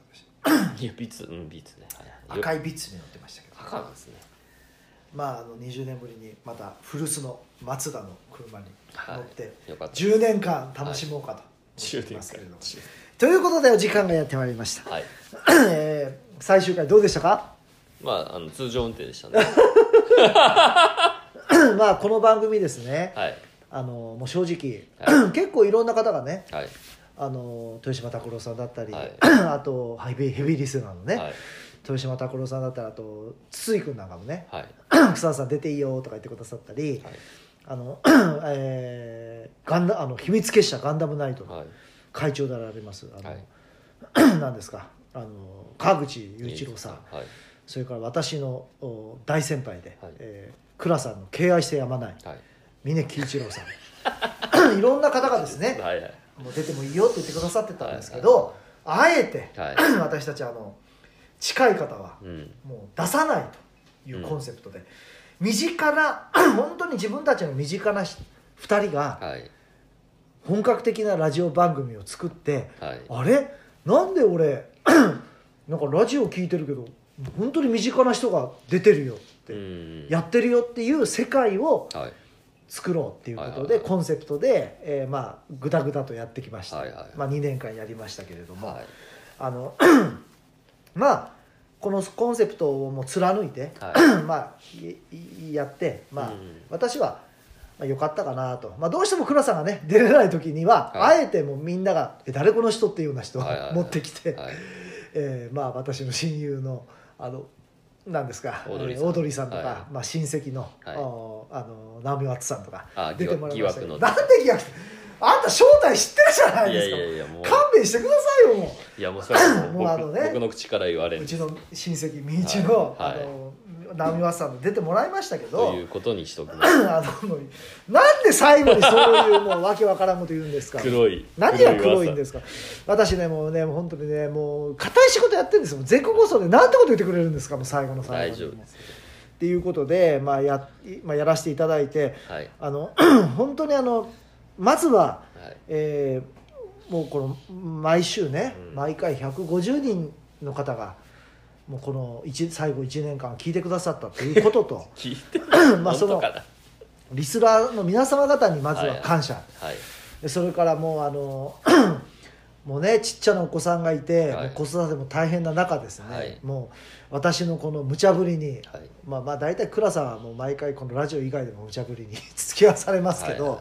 A: ら私
B: いやビーツ、うんビーツね。はい、
A: 赤
B: い。
A: いビッツに乗ってましたけど
B: 赤なんですね。
A: まああの20年ぶりにまた古巣の松田の車に乗って、
B: よかった。
A: 10年間楽しもうかと思
B: 中
A: って
B: 点
A: ますけれども、
B: か。
A: ということでお時間がやってまいりました、
B: はい。
A: えー最終回どうでしたか
B: まああの通常運転 でしたね
A: まあこの番組ですね、
B: はい
A: あのもう正直、 結構いろんな方がね
B: はい
A: あの豊島拓郎さんだったり、
B: はい
A: あとヘビーヘビーリスナーのね、
B: はい
A: 豊島拓郎さんだったらあと筒井君なんかもね
B: はい
A: 草田さん出ていいよとか言ってくださったり、
B: はい
A: あの えーガンダあの秘密結社ガンダムナイトの
B: はい
A: 会長であられますあの、
B: は
A: 何ですかあの川口雄一郎さん
B: はい
A: それから私のお大先輩で、
B: はい
A: えー倉さんの敬愛してやまない
B: はい
A: 峰喜一郎さん いろんな方がですね
B: はいはい
A: もう出てもいいよって言ってくださってたんですけど、あえて、
B: はい
A: 私たちあの近い方は
B: うん
A: もう出さないというコンセプトで、身近な 本当に自分たちの身近な2人が
B: はい
A: 本格的なラジオ番組を作って
B: はい
A: あれなんで俺 なんかラジオ聞いてるけど本当に身近な人が出てるよって、
B: うん
A: やってるよっていう世界を
B: はい
A: 作ろうっていうことで、
B: はいはいはい
A: コンセプトで、えーまあグダグダとやってきました、
B: はいはい
A: まあ、2年間やりましたけれども、
B: はい
A: あの まあこのコンセプトをもう貫いて、
B: は
A: まあいいやってまあ、
B: うん
A: 私はまあ良かったかなと、まあ、どうしても倉さんがね出れない時には、
B: は
A: あえてもうみんなが「え誰この人?」っていうような人を
B: はいはいはい
A: 持ってきて、
B: はい
A: えーまあ私の親友のあのなんですか
B: オードリー
A: え
B: さん
A: オードリーさんとか、
B: は
A: まあ、親戚の、
B: はい
A: おあの直美ワッツさんとか
B: あ
A: 出てもらいましたけ
B: 疑
A: ど
B: 惑の
A: なんで疑惑ってあんた正体知ってるじゃない
B: い
A: で
B: や
A: す
B: い
A: か
B: やいやもう
A: 勘弁してくださいよもう。
B: いやもうそれはも う
A: もうあのね
B: 僕僕の口から言われ
A: う
B: る
A: ちの親戚身内の、
B: はいはい
A: あの直美和さんに出てもらいましたけ
B: と
A: ど
B: いうことにしとく
A: あのもうなんで最後にそういうもうわけわからんこと言うんですか
B: 黒い
A: 何が黒いんですすか私ねもうね本当にねもう硬い仕事やってるんですよ全国放送でなんてこと言ってくれるんですかもう最後の最
B: 大
A: 後に
B: 丈夫です
A: っていうことで、まあやまあ、やらせていただいて
B: はい
A: あの 本当にあのまずは
B: はい
A: えーもうこの毎週ね、
B: うん
A: 毎回150人の方がもうこの一最後1年間聞いてくださったということ と
B: 聞いて
A: まあその
B: 本当かな
A: リスナーの皆様方にまず
B: はい
A: は
B: はい
A: 感謝、
B: はい
A: でそれからもうあの もうねちっちゃなお子さんがいて、も
B: はい
A: う子育ても大変な中ですね、
B: はい
A: もう私のこの無茶ぶりに、
B: はい
A: まあまあ大体倉さんはもう毎回このラジオ以外でも無茶ぶりに 付き合わされますけど、
B: はいは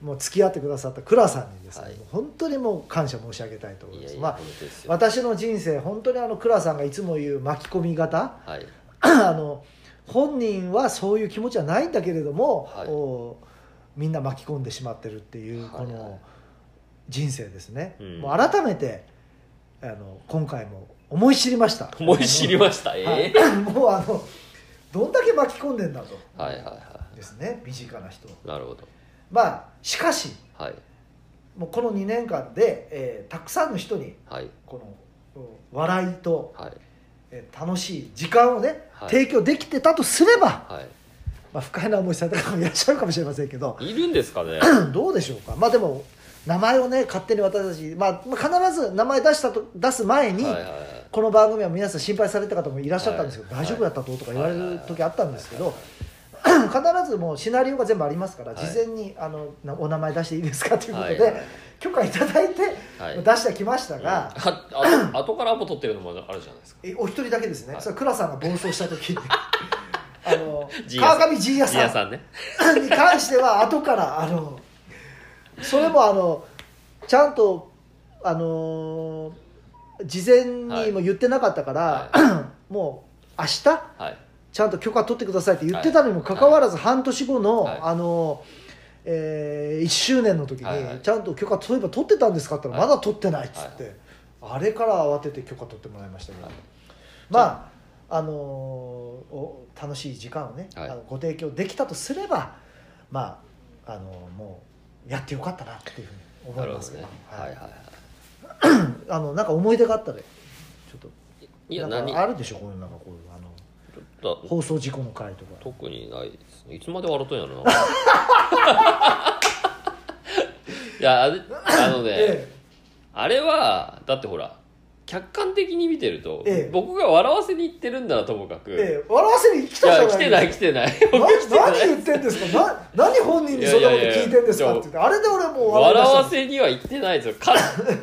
A: もう付き合ってくださった倉さんにですね、
B: はい
A: もう本当にもう感謝申し上げたいと思い
B: い
A: ま
B: や
A: す。
B: いや
A: まあ
B: 本当ですよ
A: 私の人生本当にあの倉さんがいつも言う巻き込み型
B: はい
A: あの本人はそういう気持ちはないんだけれども、
B: はい
A: おみんな巻き込んでしまってるっていう
B: は
A: こ
B: いはい
A: の人生ですね、
B: うん
A: もう改めてあの今回も 思い知りました
B: 思い知りましたえ
A: はい
B: え
A: もうあのどんだけ巻き込んでんだと、
B: はいはいは
A: ですね身近な人
B: いなるほど
A: まあしかし
B: はい
A: もうこの2年間で、えーたくさんの人に
B: はい
A: このうん笑いと、
B: はい
A: えー楽しい時間をね、
B: はい
A: 提供できてたとすれば、
B: は
A: まあ、不快な思いされた方もいらっしゃるかもしれませんけど
B: いいるんですかね
A: どうでしょうかまあでも名前をね勝手に私たち、まあ、まあ必ず名前出したと出す前 に、
B: はいはいはい
A: この番組は皆さん心配された方もいらっしゃったんですけど、
B: はい
A: 大丈夫だったととか言われる時あったんですけど
B: は、
A: 必ずもうシナリオが全部ありますから、
B: はい
A: 事前にあのなお名前出していいですかということで、
B: はいはい
A: 許可いただいて、
B: はい
A: 出してきましたが、
B: あ あと後からアポ取ってるのもあるじゃないですか
A: えお一人だけですね、
B: はい
A: それ倉さんが暴走した時に あの
B: G 屋さん
A: 川上仁也
B: いや
A: さん
B: さんね
A: に関しては後からあのそれもあのちゃんとあの事前にも言ってなかったから、 もう明日
B: はい
A: ちゃんと許可取ってくださいって言ってたのにもかかわらず半年後の、
B: はい
A: あの、えー1周年の時に、
B: はいはい
A: ちゃんと許可そういえば取ってたんですかって言ったら、
B: は
A: ま
B: い
A: だ取ってないっつって、あれから慌てて許可取ってもらいましたけど、
B: はい
A: まああのーお楽しい時間をね、
B: はい
A: あのご提供できたとすればまああのもうやってよかったなっていうふうに思
B: な
A: い
B: るほ
A: ま
B: ど
A: すけ
B: ね
A: ど、
B: はいはい
A: はい
B: はい
A: あのなんか思い出があったらちょっと
B: いや
A: なん
B: 何
A: かあるでしょこういうなんかこういうあの
B: ちょっと
A: 放送事故の回とか。
B: 特にないですねいつまで笑っとんやろな いやあれあのね、
A: ええ
B: あれはだってほら客観的に見てると、
A: ええ
B: 僕が笑わせに行ってるんだなともかく、
A: ええ笑わせに来
B: い
A: たじゃ
B: や
A: な
B: 来
A: い
B: てない
A: です
B: 来てない
A: かな
B: 僕来てない
A: 何言ってんですかな何本人にそんなこと聞いてんですかって言ってあれで俺 もう笑い
B: 笑
A: ました
B: わせには行ってないですよ か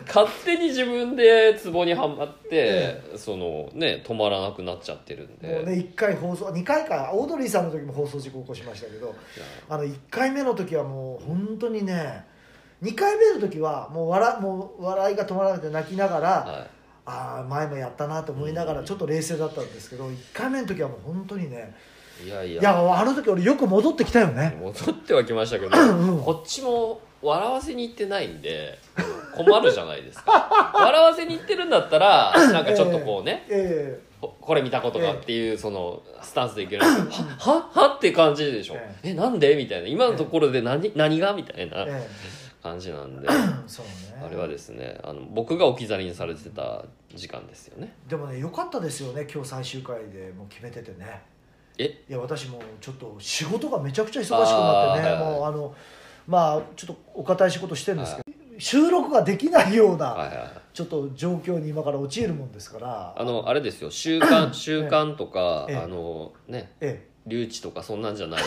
B: 勝手に自分でツボにはまって、
A: え
B: そのね止まらなくなっちゃってるんで
A: もうね、1回放送2回かオードリーさんの時も放送事故起こしましたけど
B: いや
A: あの1回目の時はもう本当にね2回目の時はもう笑もう笑いが止まらなくて泣きながら、
B: は
A: ああ前もやったなと思いながらちょっと冷静だったんですけど1回目の時はもう本当にね
B: い、いやい
A: い
B: や
A: やあの時俺よく戻ってきたよね
B: 戻ってはきましたけど
A: うん
B: こっちも笑わせに行ってないんで困るじゃないですか笑わせに行ってるんだったらなんかちょっとこうね、
A: え
B: ここれ見たことかっていうそのスタンスで いけるんですけどはははって感じでしょ
A: え
B: えなんでみたいな今のところで何何がみたい
A: え
B: な
A: え
B: 感じなんで
A: えそうね
B: あれはですねあの僕が置き去りにされてた時間ですよね
A: でもね良かったですよね今日最終回でもう決めててね
B: え
A: いや私もうちょっと仕事がめちゃくちゃ忙しくなってね
B: あーはい
A: もうあのまあちょっとお堅い仕事してるんですけど、収録ができないよう
B: はい
A: な
B: はいはい
A: ちょっと状況に今から陥るもんですから
B: あのあれですよ習慣習慣とか、
A: ええ
B: あのね
A: え
B: 留置とかそんなん じゃないや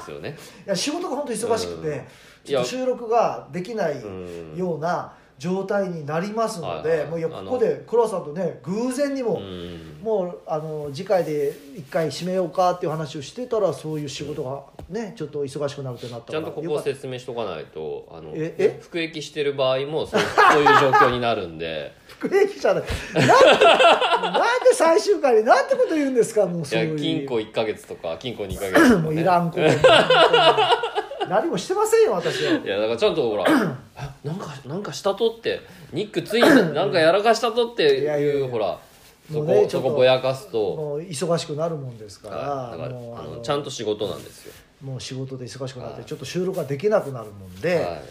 B: つですよね
A: えいや仕事が本当忙しく
B: うん
A: てちょっと収録ができない
B: うん
A: ような状態になりますの
B: はい
A: で、
B: はい
A: もういや
B: あ
A: こ
B: の
A: こで黒田さんとね偶然にも、
B: うん
A: もうあの次回で一回締めようかっていう話をしてたらそういう仕事がねちょっと忙しくなるってなった
B: ち
A: から
B: ゃんとこ
A: よ
B: こ
A: か
B: を
A: った
B: 説明しとかないとあの
A: ええ
B: 服役してる場合もそう そういう状況になるんで
A: 服役者だなんでなんで最終回になんてこと言うんですかもう
B: い
A: そう
B: や
A: いう
B: 金庫1か月と か金庫2か月とか、ね、
A: もういらんこと 何もしてませんよ私はい
B: やだからちゃん とほらあなんかなんかしたとってニック ついになんかやらかしたとっていう
A: いやいやいや
B: ほらそ
A: もう
B: こ、
A: ねちょ
B: そ
A: っと
B: こぼやかすと、
A: もう忙しくなるもんですから,、
B: はい、だからあ
A: もうあ
B: の
A: の
B: ちゃんと仕事なんですよ、
A: もう仕事で忙しくなって、
B: はい
A: ちょっと収録ができなくなるもんで、
B: はい、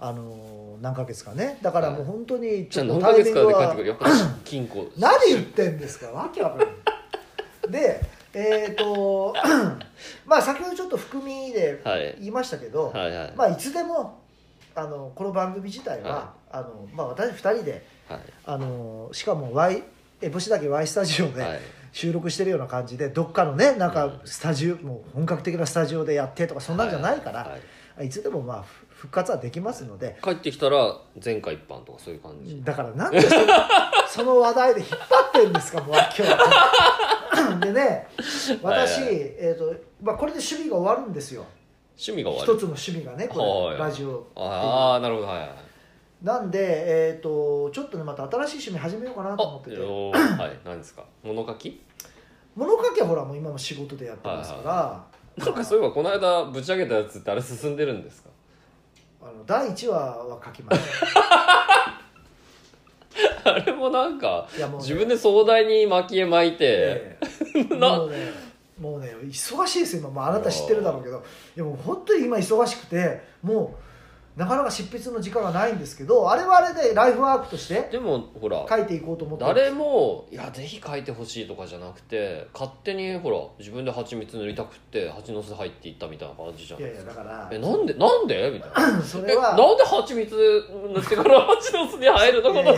A: あの何ヶ月かねだからもう本当に
B: じ
A: ち
B: ゃ
A: ょ
B: あ
A: っ
B: 何
A: と
B: ヶ
A: タイミ
B: 月
A: ン
B: か
A: グ
B: で帰って
A: は
B: くるやっぱり金庫
A: 何言ってんですかわけわかんないでえっ、と まあ先ほどちょっと含みで
B: はい
A: 言いましたけど、
B: はいはい
A: まあいつでもあのこの番組自体は、
B: は
A: あのまあ、私2人で
B: はい
A: あのしかも Y え星だけ Y スタジオで、
B: はい
A: 収録してるような感じでどっかのねなん
B: う
A: か
B: ん
A: スタジオ、もう本格的なスタジオでやってとかそんなんじゃないから、
B: はいはい
A: いつでもまあふ復活はできますので
B: 帰ってきたら前回一般とかそういう感じ、
A: だからなんでそ のその話題で引っ張ってんですかもう今日でね私、
B: はいはい
A: えーとまあ、これで趣味が終わるんですよ
B: 趣味が
A: 一
B: 終
A: つ
B: わ
A: の趣味がね
B: る
A: こ
B: は
A: れ
B: い
A: ラジオっていう
B: ああなるほどはいはい
A: なんで、えー、とちょっとねまた新しい趣味始めようかなと思ってて
B: おーはい何ですか物書き
A: 物書きはほらもう今も仕事でやってますから、
B: なんかそういえばこの間ぶち上げたやつってあれ進んでるんですか
A: あの第1話は書きました
B: あれもなんか
A: いやもうね
B: 自分で壮大に蒔絵巻いて、
A: え えもうねもうね忙しいですよ今、まあ、あなた知ってるだろうけどいやもう本当に今忙しくてもうなかなか執筆の時間がないんですけどあれはあれでライフワークとして
B: でもほら
A: 書いていこうと思って
B: 誰もいやぜひ書いてほしいとかじゃなくて勝手にほら自分で蜂蜜塗りたくって蜂の巣入っていったみたいな感じじゃ
A: い
B: ない
A: やい
B: で
A: や
B: すか
A: だから
B: えなんでなんでみたいな
A: そ
B: え
A: れは
B: なんで蜂蜜塗っ てから蜂の巣に入るのかな
A: ええ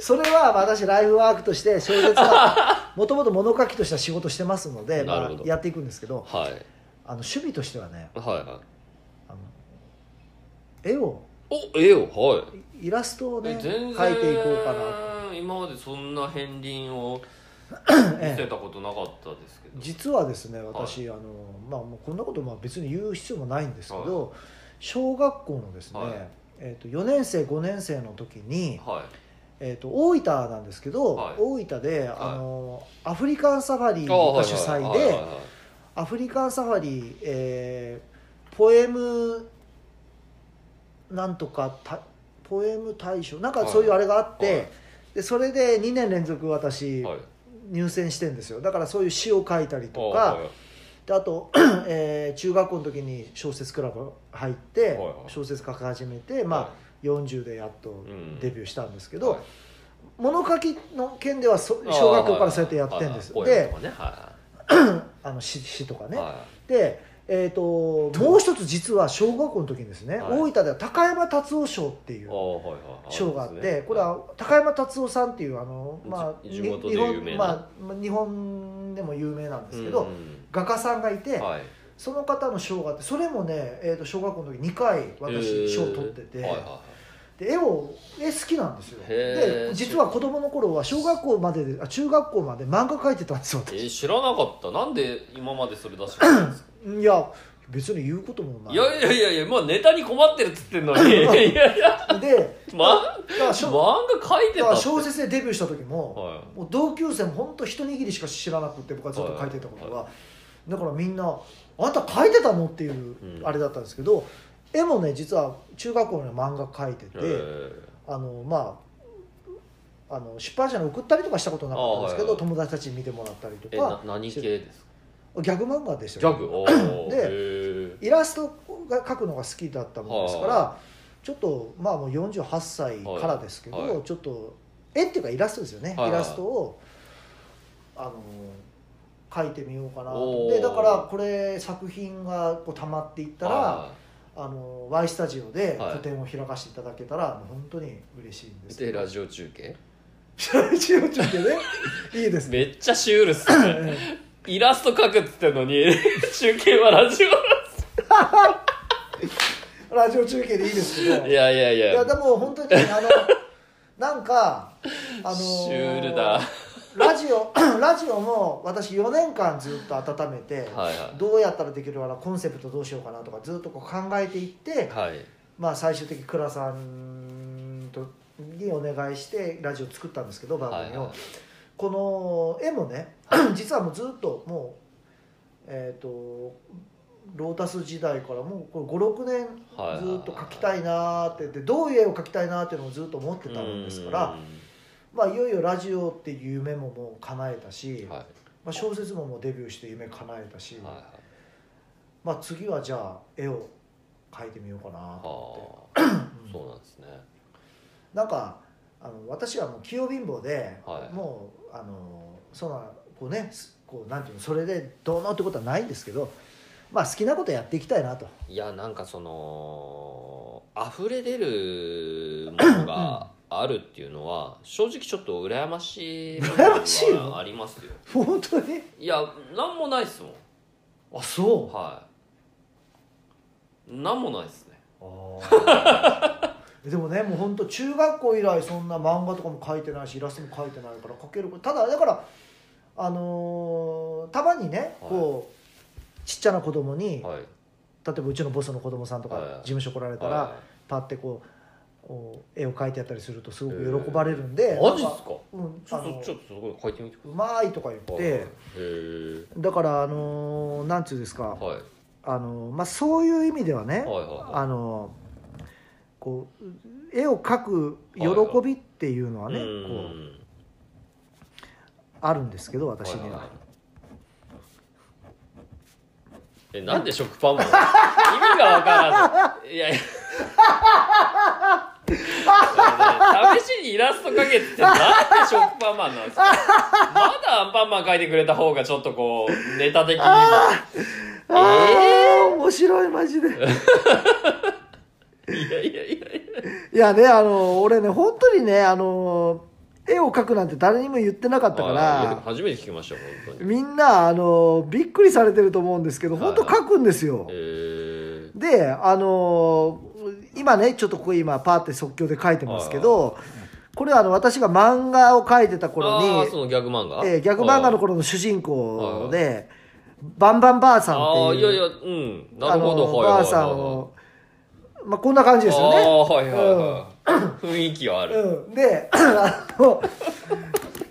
A: それは私ライフワークとして小説 はもともと物書きとした仕事してますので、
B: な
A: ま
B: るほ
A: あ、
B: ど
A: やっていくんですけど
B: はい
A: あの趣味としてはね
B: はいはい
A: あの絵を
B: おええよはい
A: イラストを
B: え
A: ね書
B: 全然
A: いていこうかなと
B: 今までそんな片鱗を見せたことなかったですけど、
A: 実はですね私、あのまあ、もうこんなことまあ別に言う必要もないんですけど、小学校のですね、
B: はい
A: えー、と4年生5年生の時に、
B: はい
A: えー、と大分なんですけど、
B: はい
A: 大分であの、アフリカンサファリ
B: あーは
A: が
B: い
A: 主催
B: はいはいはい
A: でアフリカンサファリ、えーポエムなんとかたポエム大賞なんかそういうあれがあって、
B: はいはい
A: でそれで2年連続私、
B: はいはい
A: 入選してんですよだからそういう詩を書いたりとか。
B: あーはいはい
A: であと、 えー中学校の時に小説クラブ入って、
B: はいはい
A: 小説書き始めて、まあ、40でやっと
B: うん
A: デビューしたんですけ
B: け
A: ど、物書きの件ではそ小学校からそうやってやってんです、
B: はいはい
A: で
B: はいはいはいはいはい
A: あの詩詩とかね、
B: は
A: で、えー、ともう一つ実は小学校の時にですね、
B: はい
A: 大分では高山達夫賞っていう
B: ああはいはいはい
A: 賞があって
B: そうですね
A: これは高山達夫さんっていうあの、まあ、
B: じ
A: に
B: 地元で
A: 日
B: 有
A: 本
B: 名な
A: まあ、日本でも有名なんですけど、
B: うんうん
A: 画家さんがいて、
B: はい
A: その方の賞があってそれもね、えー、と小学校の時2回私賞取ってて、
B: えーはいはいはい
A: で絵を絵好きなんですよ
B: へー
A: で実は子供の頃は小学校までであ中学校まで漫画描いてたんですよ
B: えー知らなかったなんで今までそれ出してたんですか
A: いや別に言うこともない
B: いやいやいやいやまあネタに困ってるっつってんのにいやいやいや
A: で
B: ま
A: だからし
B: 漫
A: ょ
B: 画書いて
A: だ
B: た
A: から
B: って
A: 小説でデビューした時も,、
B: は
A: もう同級生も本当一握りしか知らなくて僕はずっと書いてたことが、だからみんな「あんた書いてたの?」っていう
B: うん
A: あれだったんですけど、絵もね実は中学校の漫画書いてて、
B: いえ
A: あのまああの出版社に送ったりとかしたことなかったんですけど、
B: あはいはい
A: 友達たちに見てもらったりと
B: ーえ
A: か
B: な何系ですか
A: ギャグ漫画でし
B: ギ
A: たよ
B: ャグおー
A: で
B: へー
A: イラストが描くのが好きだったもんですから、
B: は
A: ちょっとまあもう48歳からですけど、
B: はいはい
A: ちょっと絵っていうかイラストですよね、
B: はいはい
A: イラストをあの描いてみようかな
B: おー
A: でだからこれ作品がこう溜まっていったらあの Y スタジオで
B: はい
A: 個展を開かせていただけたら、もう本当に嬉しいんです
B: でラ
A: ジ
B: ジオ中継
A: オラジオ中継ねいい ですね
B: めっちゃシュールっすねイラスト描くっつってんのに 中継はラジ
A: ラジオ中継でいいですけど
B: オいやいやい
A: いや
B: や
A: でも本当にあのなんかあの
B: シュールだ
A: ラジオ ラジオも私4年間ずっと温めて、
B: はいは
A: どうやったらできるかなコンセプトどうしようかなとかずっとこう考えていって
B: い、はい
A: まあ、最終的に倉さんとにお願いしてラジオ作ったんですけど番組を、
B: はいはい
A: この絵もね実はもうずっともうえっ、とロータス時代からもう56年
B: はいはいはい
A: ずっと描きたいなーって言ってどういう絵を描きたいなーっていうのをずっと思ってたもんですからまあいよいよラジオっていう夢ももう叶えた
B: う
A: し、
B: んはい
A: まあ、小説ももうデビューして夢叶えたし、
B: はいはい
A: まあ次はじゃあ絵を描いてみようかなと思って。
B: はあ
A: うん
B: そうなんですね
A: なんかあの私はもう器用貧乏で、
B: はい
A: もうあのそんなこうねすこうなんていうのそれでどうのってことはないんですけど、まあ、好きなことやっていきたいなと
B: いやなんかその溢れ出るものがあるっていうのは正直ちょっと羨ましい部 分
A: 羨ましい
B: は
A: の
B: ありますよ
A: 本当に
B: いやなんもないっすもん
A: あそ
B: はいなんもないっすね
A: うあーでもねもう本当中学校以来そんな漫画とかも描いてないしイラストも描いてないから描けるただだからあのーたまにねこう、ちっちゃな子供に、
B: はい
A: 例えばうちのボスの子供さんとか
B: はい
A: 事務所来られたら、
B: は
A: パッてこうお絵を描いてやったりするとすごく喜ばれるんで、
B: いマジっ
A: な
B: す
A: んか
B: か
A: うん、
B: ち
A: あ
B: ょっと
A: の
B: ちょっとそこ書いてみてく
A: うまいとか言
B: だ
A: っ
B: さい
A: て
B: へ
A: だからあのーなんていうんですか
B: えはい
A: あのーまあそういう意味ではね、
B: はいはいはい
A: あのーこう絵を描く喜びっていうのはね、
B: うん
A: こうあるんですけど私
B: はい
A: に
B: は
A: は、
B: いはいえなんで食パンも意味がわからずいやいやあのね試しにイラスト描けってなんで食パンマンなんですかまだアンパンマン描いてくれた方がちょっとこうネタ的にも
A: ああ面白いマジ で
B: いやいやいやい
A: いやねあのー俺ね本当にねあのー絵を描くなんて誰にも言ってなか
B: や
A: ったか
B: あ
A: ら
B: ー初めて聞きましたよ本当に
A: みんなあのびっくりされてると思うんですけど
B: はい
A: 本当書くんですよ、
B: えー
A: であの今ねちょっとここ今パーって即興で書いてますけどこれはあの私が漫画を書いてた頃に
B: あーそ、のギャグ漫画
A: えーギャグ漫画の
B: 子
A: 頃の主人公でバンバンばあさん
B: あ
A: っ
B: あ
A: て
B: い
A: いう
B: やいやうんな
A: あ
B: るほど
A: の
B: はい
A: ば
B: はいはいはい
A: あさんを、まあ、こんな感じですよね
B: ああはいはいはい、雰囲気はある、
A: うん、であの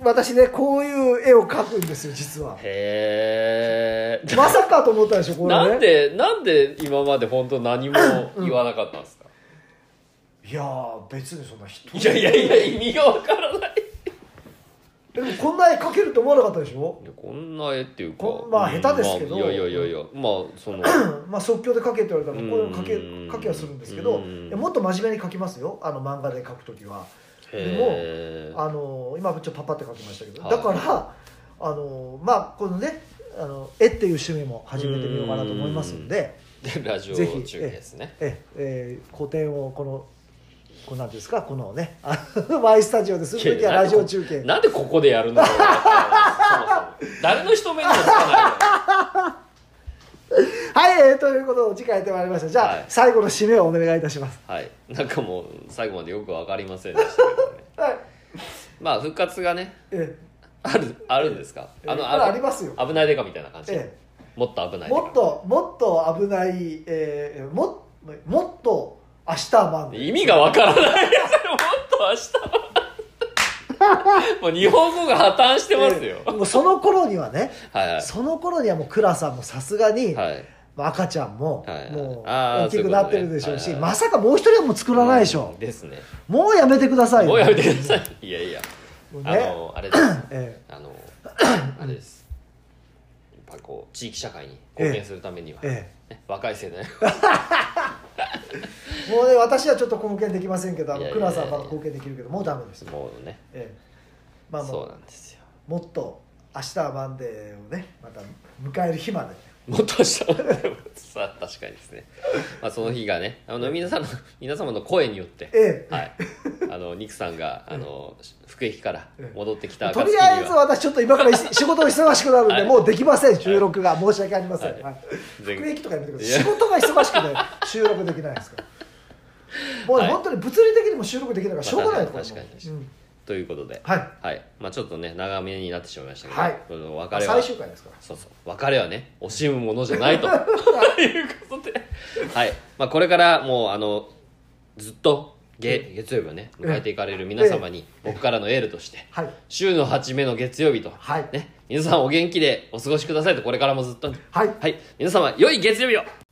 A: 私ねこういう絵を描くんですよ実は
B: へえ、
A: まさかと思ったでしょ これね
B: なんでなんで今まで本当何も言わなかった んですか、
A: いやー別にそんな人
B: いやいやいや意味がわからない
A: でもこんな絵描けると思わなかったでしょ
B: こんな絵っていうか
A: こんまあ
B: うん
A: 下手ですけど
B: まあいやいやいやいやまあその
A: まあ即興で描けって言われたらこういうの描け
B: うん
A: 描きはするんですけど
B: うん
A: いやもっと真面目に描きますよあの漫画で描く時は
B: へえ
A: あの今ちょっとパパって描きましたけど
B: はい
A: だからあのまあこのねあの絵っていう趣味も始めてみようかなと思いますので
B: でラジオ
A: ぜひ
B: 中継ですね
A: ええー個展をこのこうなんていうんですかこのねあのマイスタジオでするときはラジオ中継
B: なんでここでやるんだろうなってそもそも誰の人目にもつか
A: はい、えーということを次回やってまいりましたじゃあ、
B: はい
A: 最後の締めをお願いいたします
B: ないはいなんかもう最後までよく分かりませんでしたけど ね
A: はい
B: まあ復活がね
A: え
B: あるあるんですか
A: えこれありますよ
B: 危ないデカみたいな感じ、
A: え
B: もっと危ないデカ
A: もっともっと危ない、えー、ももっと明日マンデー
B: 意味がわからない ですよもっと明日もう日本語が破綻してますよ、
A: えーもうその頃にはね
B: はいはい
A: その頃にはもう倉さんもさすがに、
B: はい
A: まあ赤ちゃんも
B: はいはい
A: もう
B: あー
A: 大きくなってるでしょう
B: そう
A: し
B: いうことねはいはい
A: まさかもう一人はもう作らないでしょ
B: うんですね
A: もうやめてくださいよ
B: もうやめてくださいいやいや、
A: もう
B: あ
A: ね
B: のあれです
A: え
B: あのあれですやっぱこう地域社会に貢献するためには、
A: ええ
B: ね若い世代
A: えもうね私はちょっと貢献できませんけどあ
B: いや
A: の
B: いやいや
A: 倉さんはまだ貢献できるけどもうダメですよ、
B: もうね、
A: ええまあも
B: そう
A: う
B: なんですよ
A: もっと明日はマンデーをねまた迎える日まで
B: もっとしたさあ確かにですね、まあ、その日がねあの皆さんの皆様の声によって
A: ええ
B: はい、あのニクさんがあの福駅から戻ってきた
A: と
B: 暁に
A: り
B: は
A: あえず私ちょっと今からい仕事を忙しくなるんで、
B: はい
A: もうできません収録が申し訳ありません、
B: はい
A: はい
B: ぜひ
A: 服役とかやめてくだ
B: い
A: さ
B: や
A: い仕事が忙しくて収録できないですからもうね、
B: はい
A: 本当に物理的にも収録できないからしょうがないと
B: ま
A: 思
B: あ確かに確か
A: う、
B: に
A: うん
B: ということで、
A: はい
B: まあ、ちょっとね長めになってしまいましたけど、
A: はい
B: この別れは
A: 最終回ですから
B: そうそう別れはね惜しむものじゃないということで、はいまあ、これからもうあのずっと月月曜日をね迎えていかれる皆様に僕からのエールとして
A: はい
B: 週の初めの月曜日と、
A: はい
B: ね、皆さんお元気でお過ごしくださいとこれからもずっと
A: はい
B: はい、皆様良い月曜日を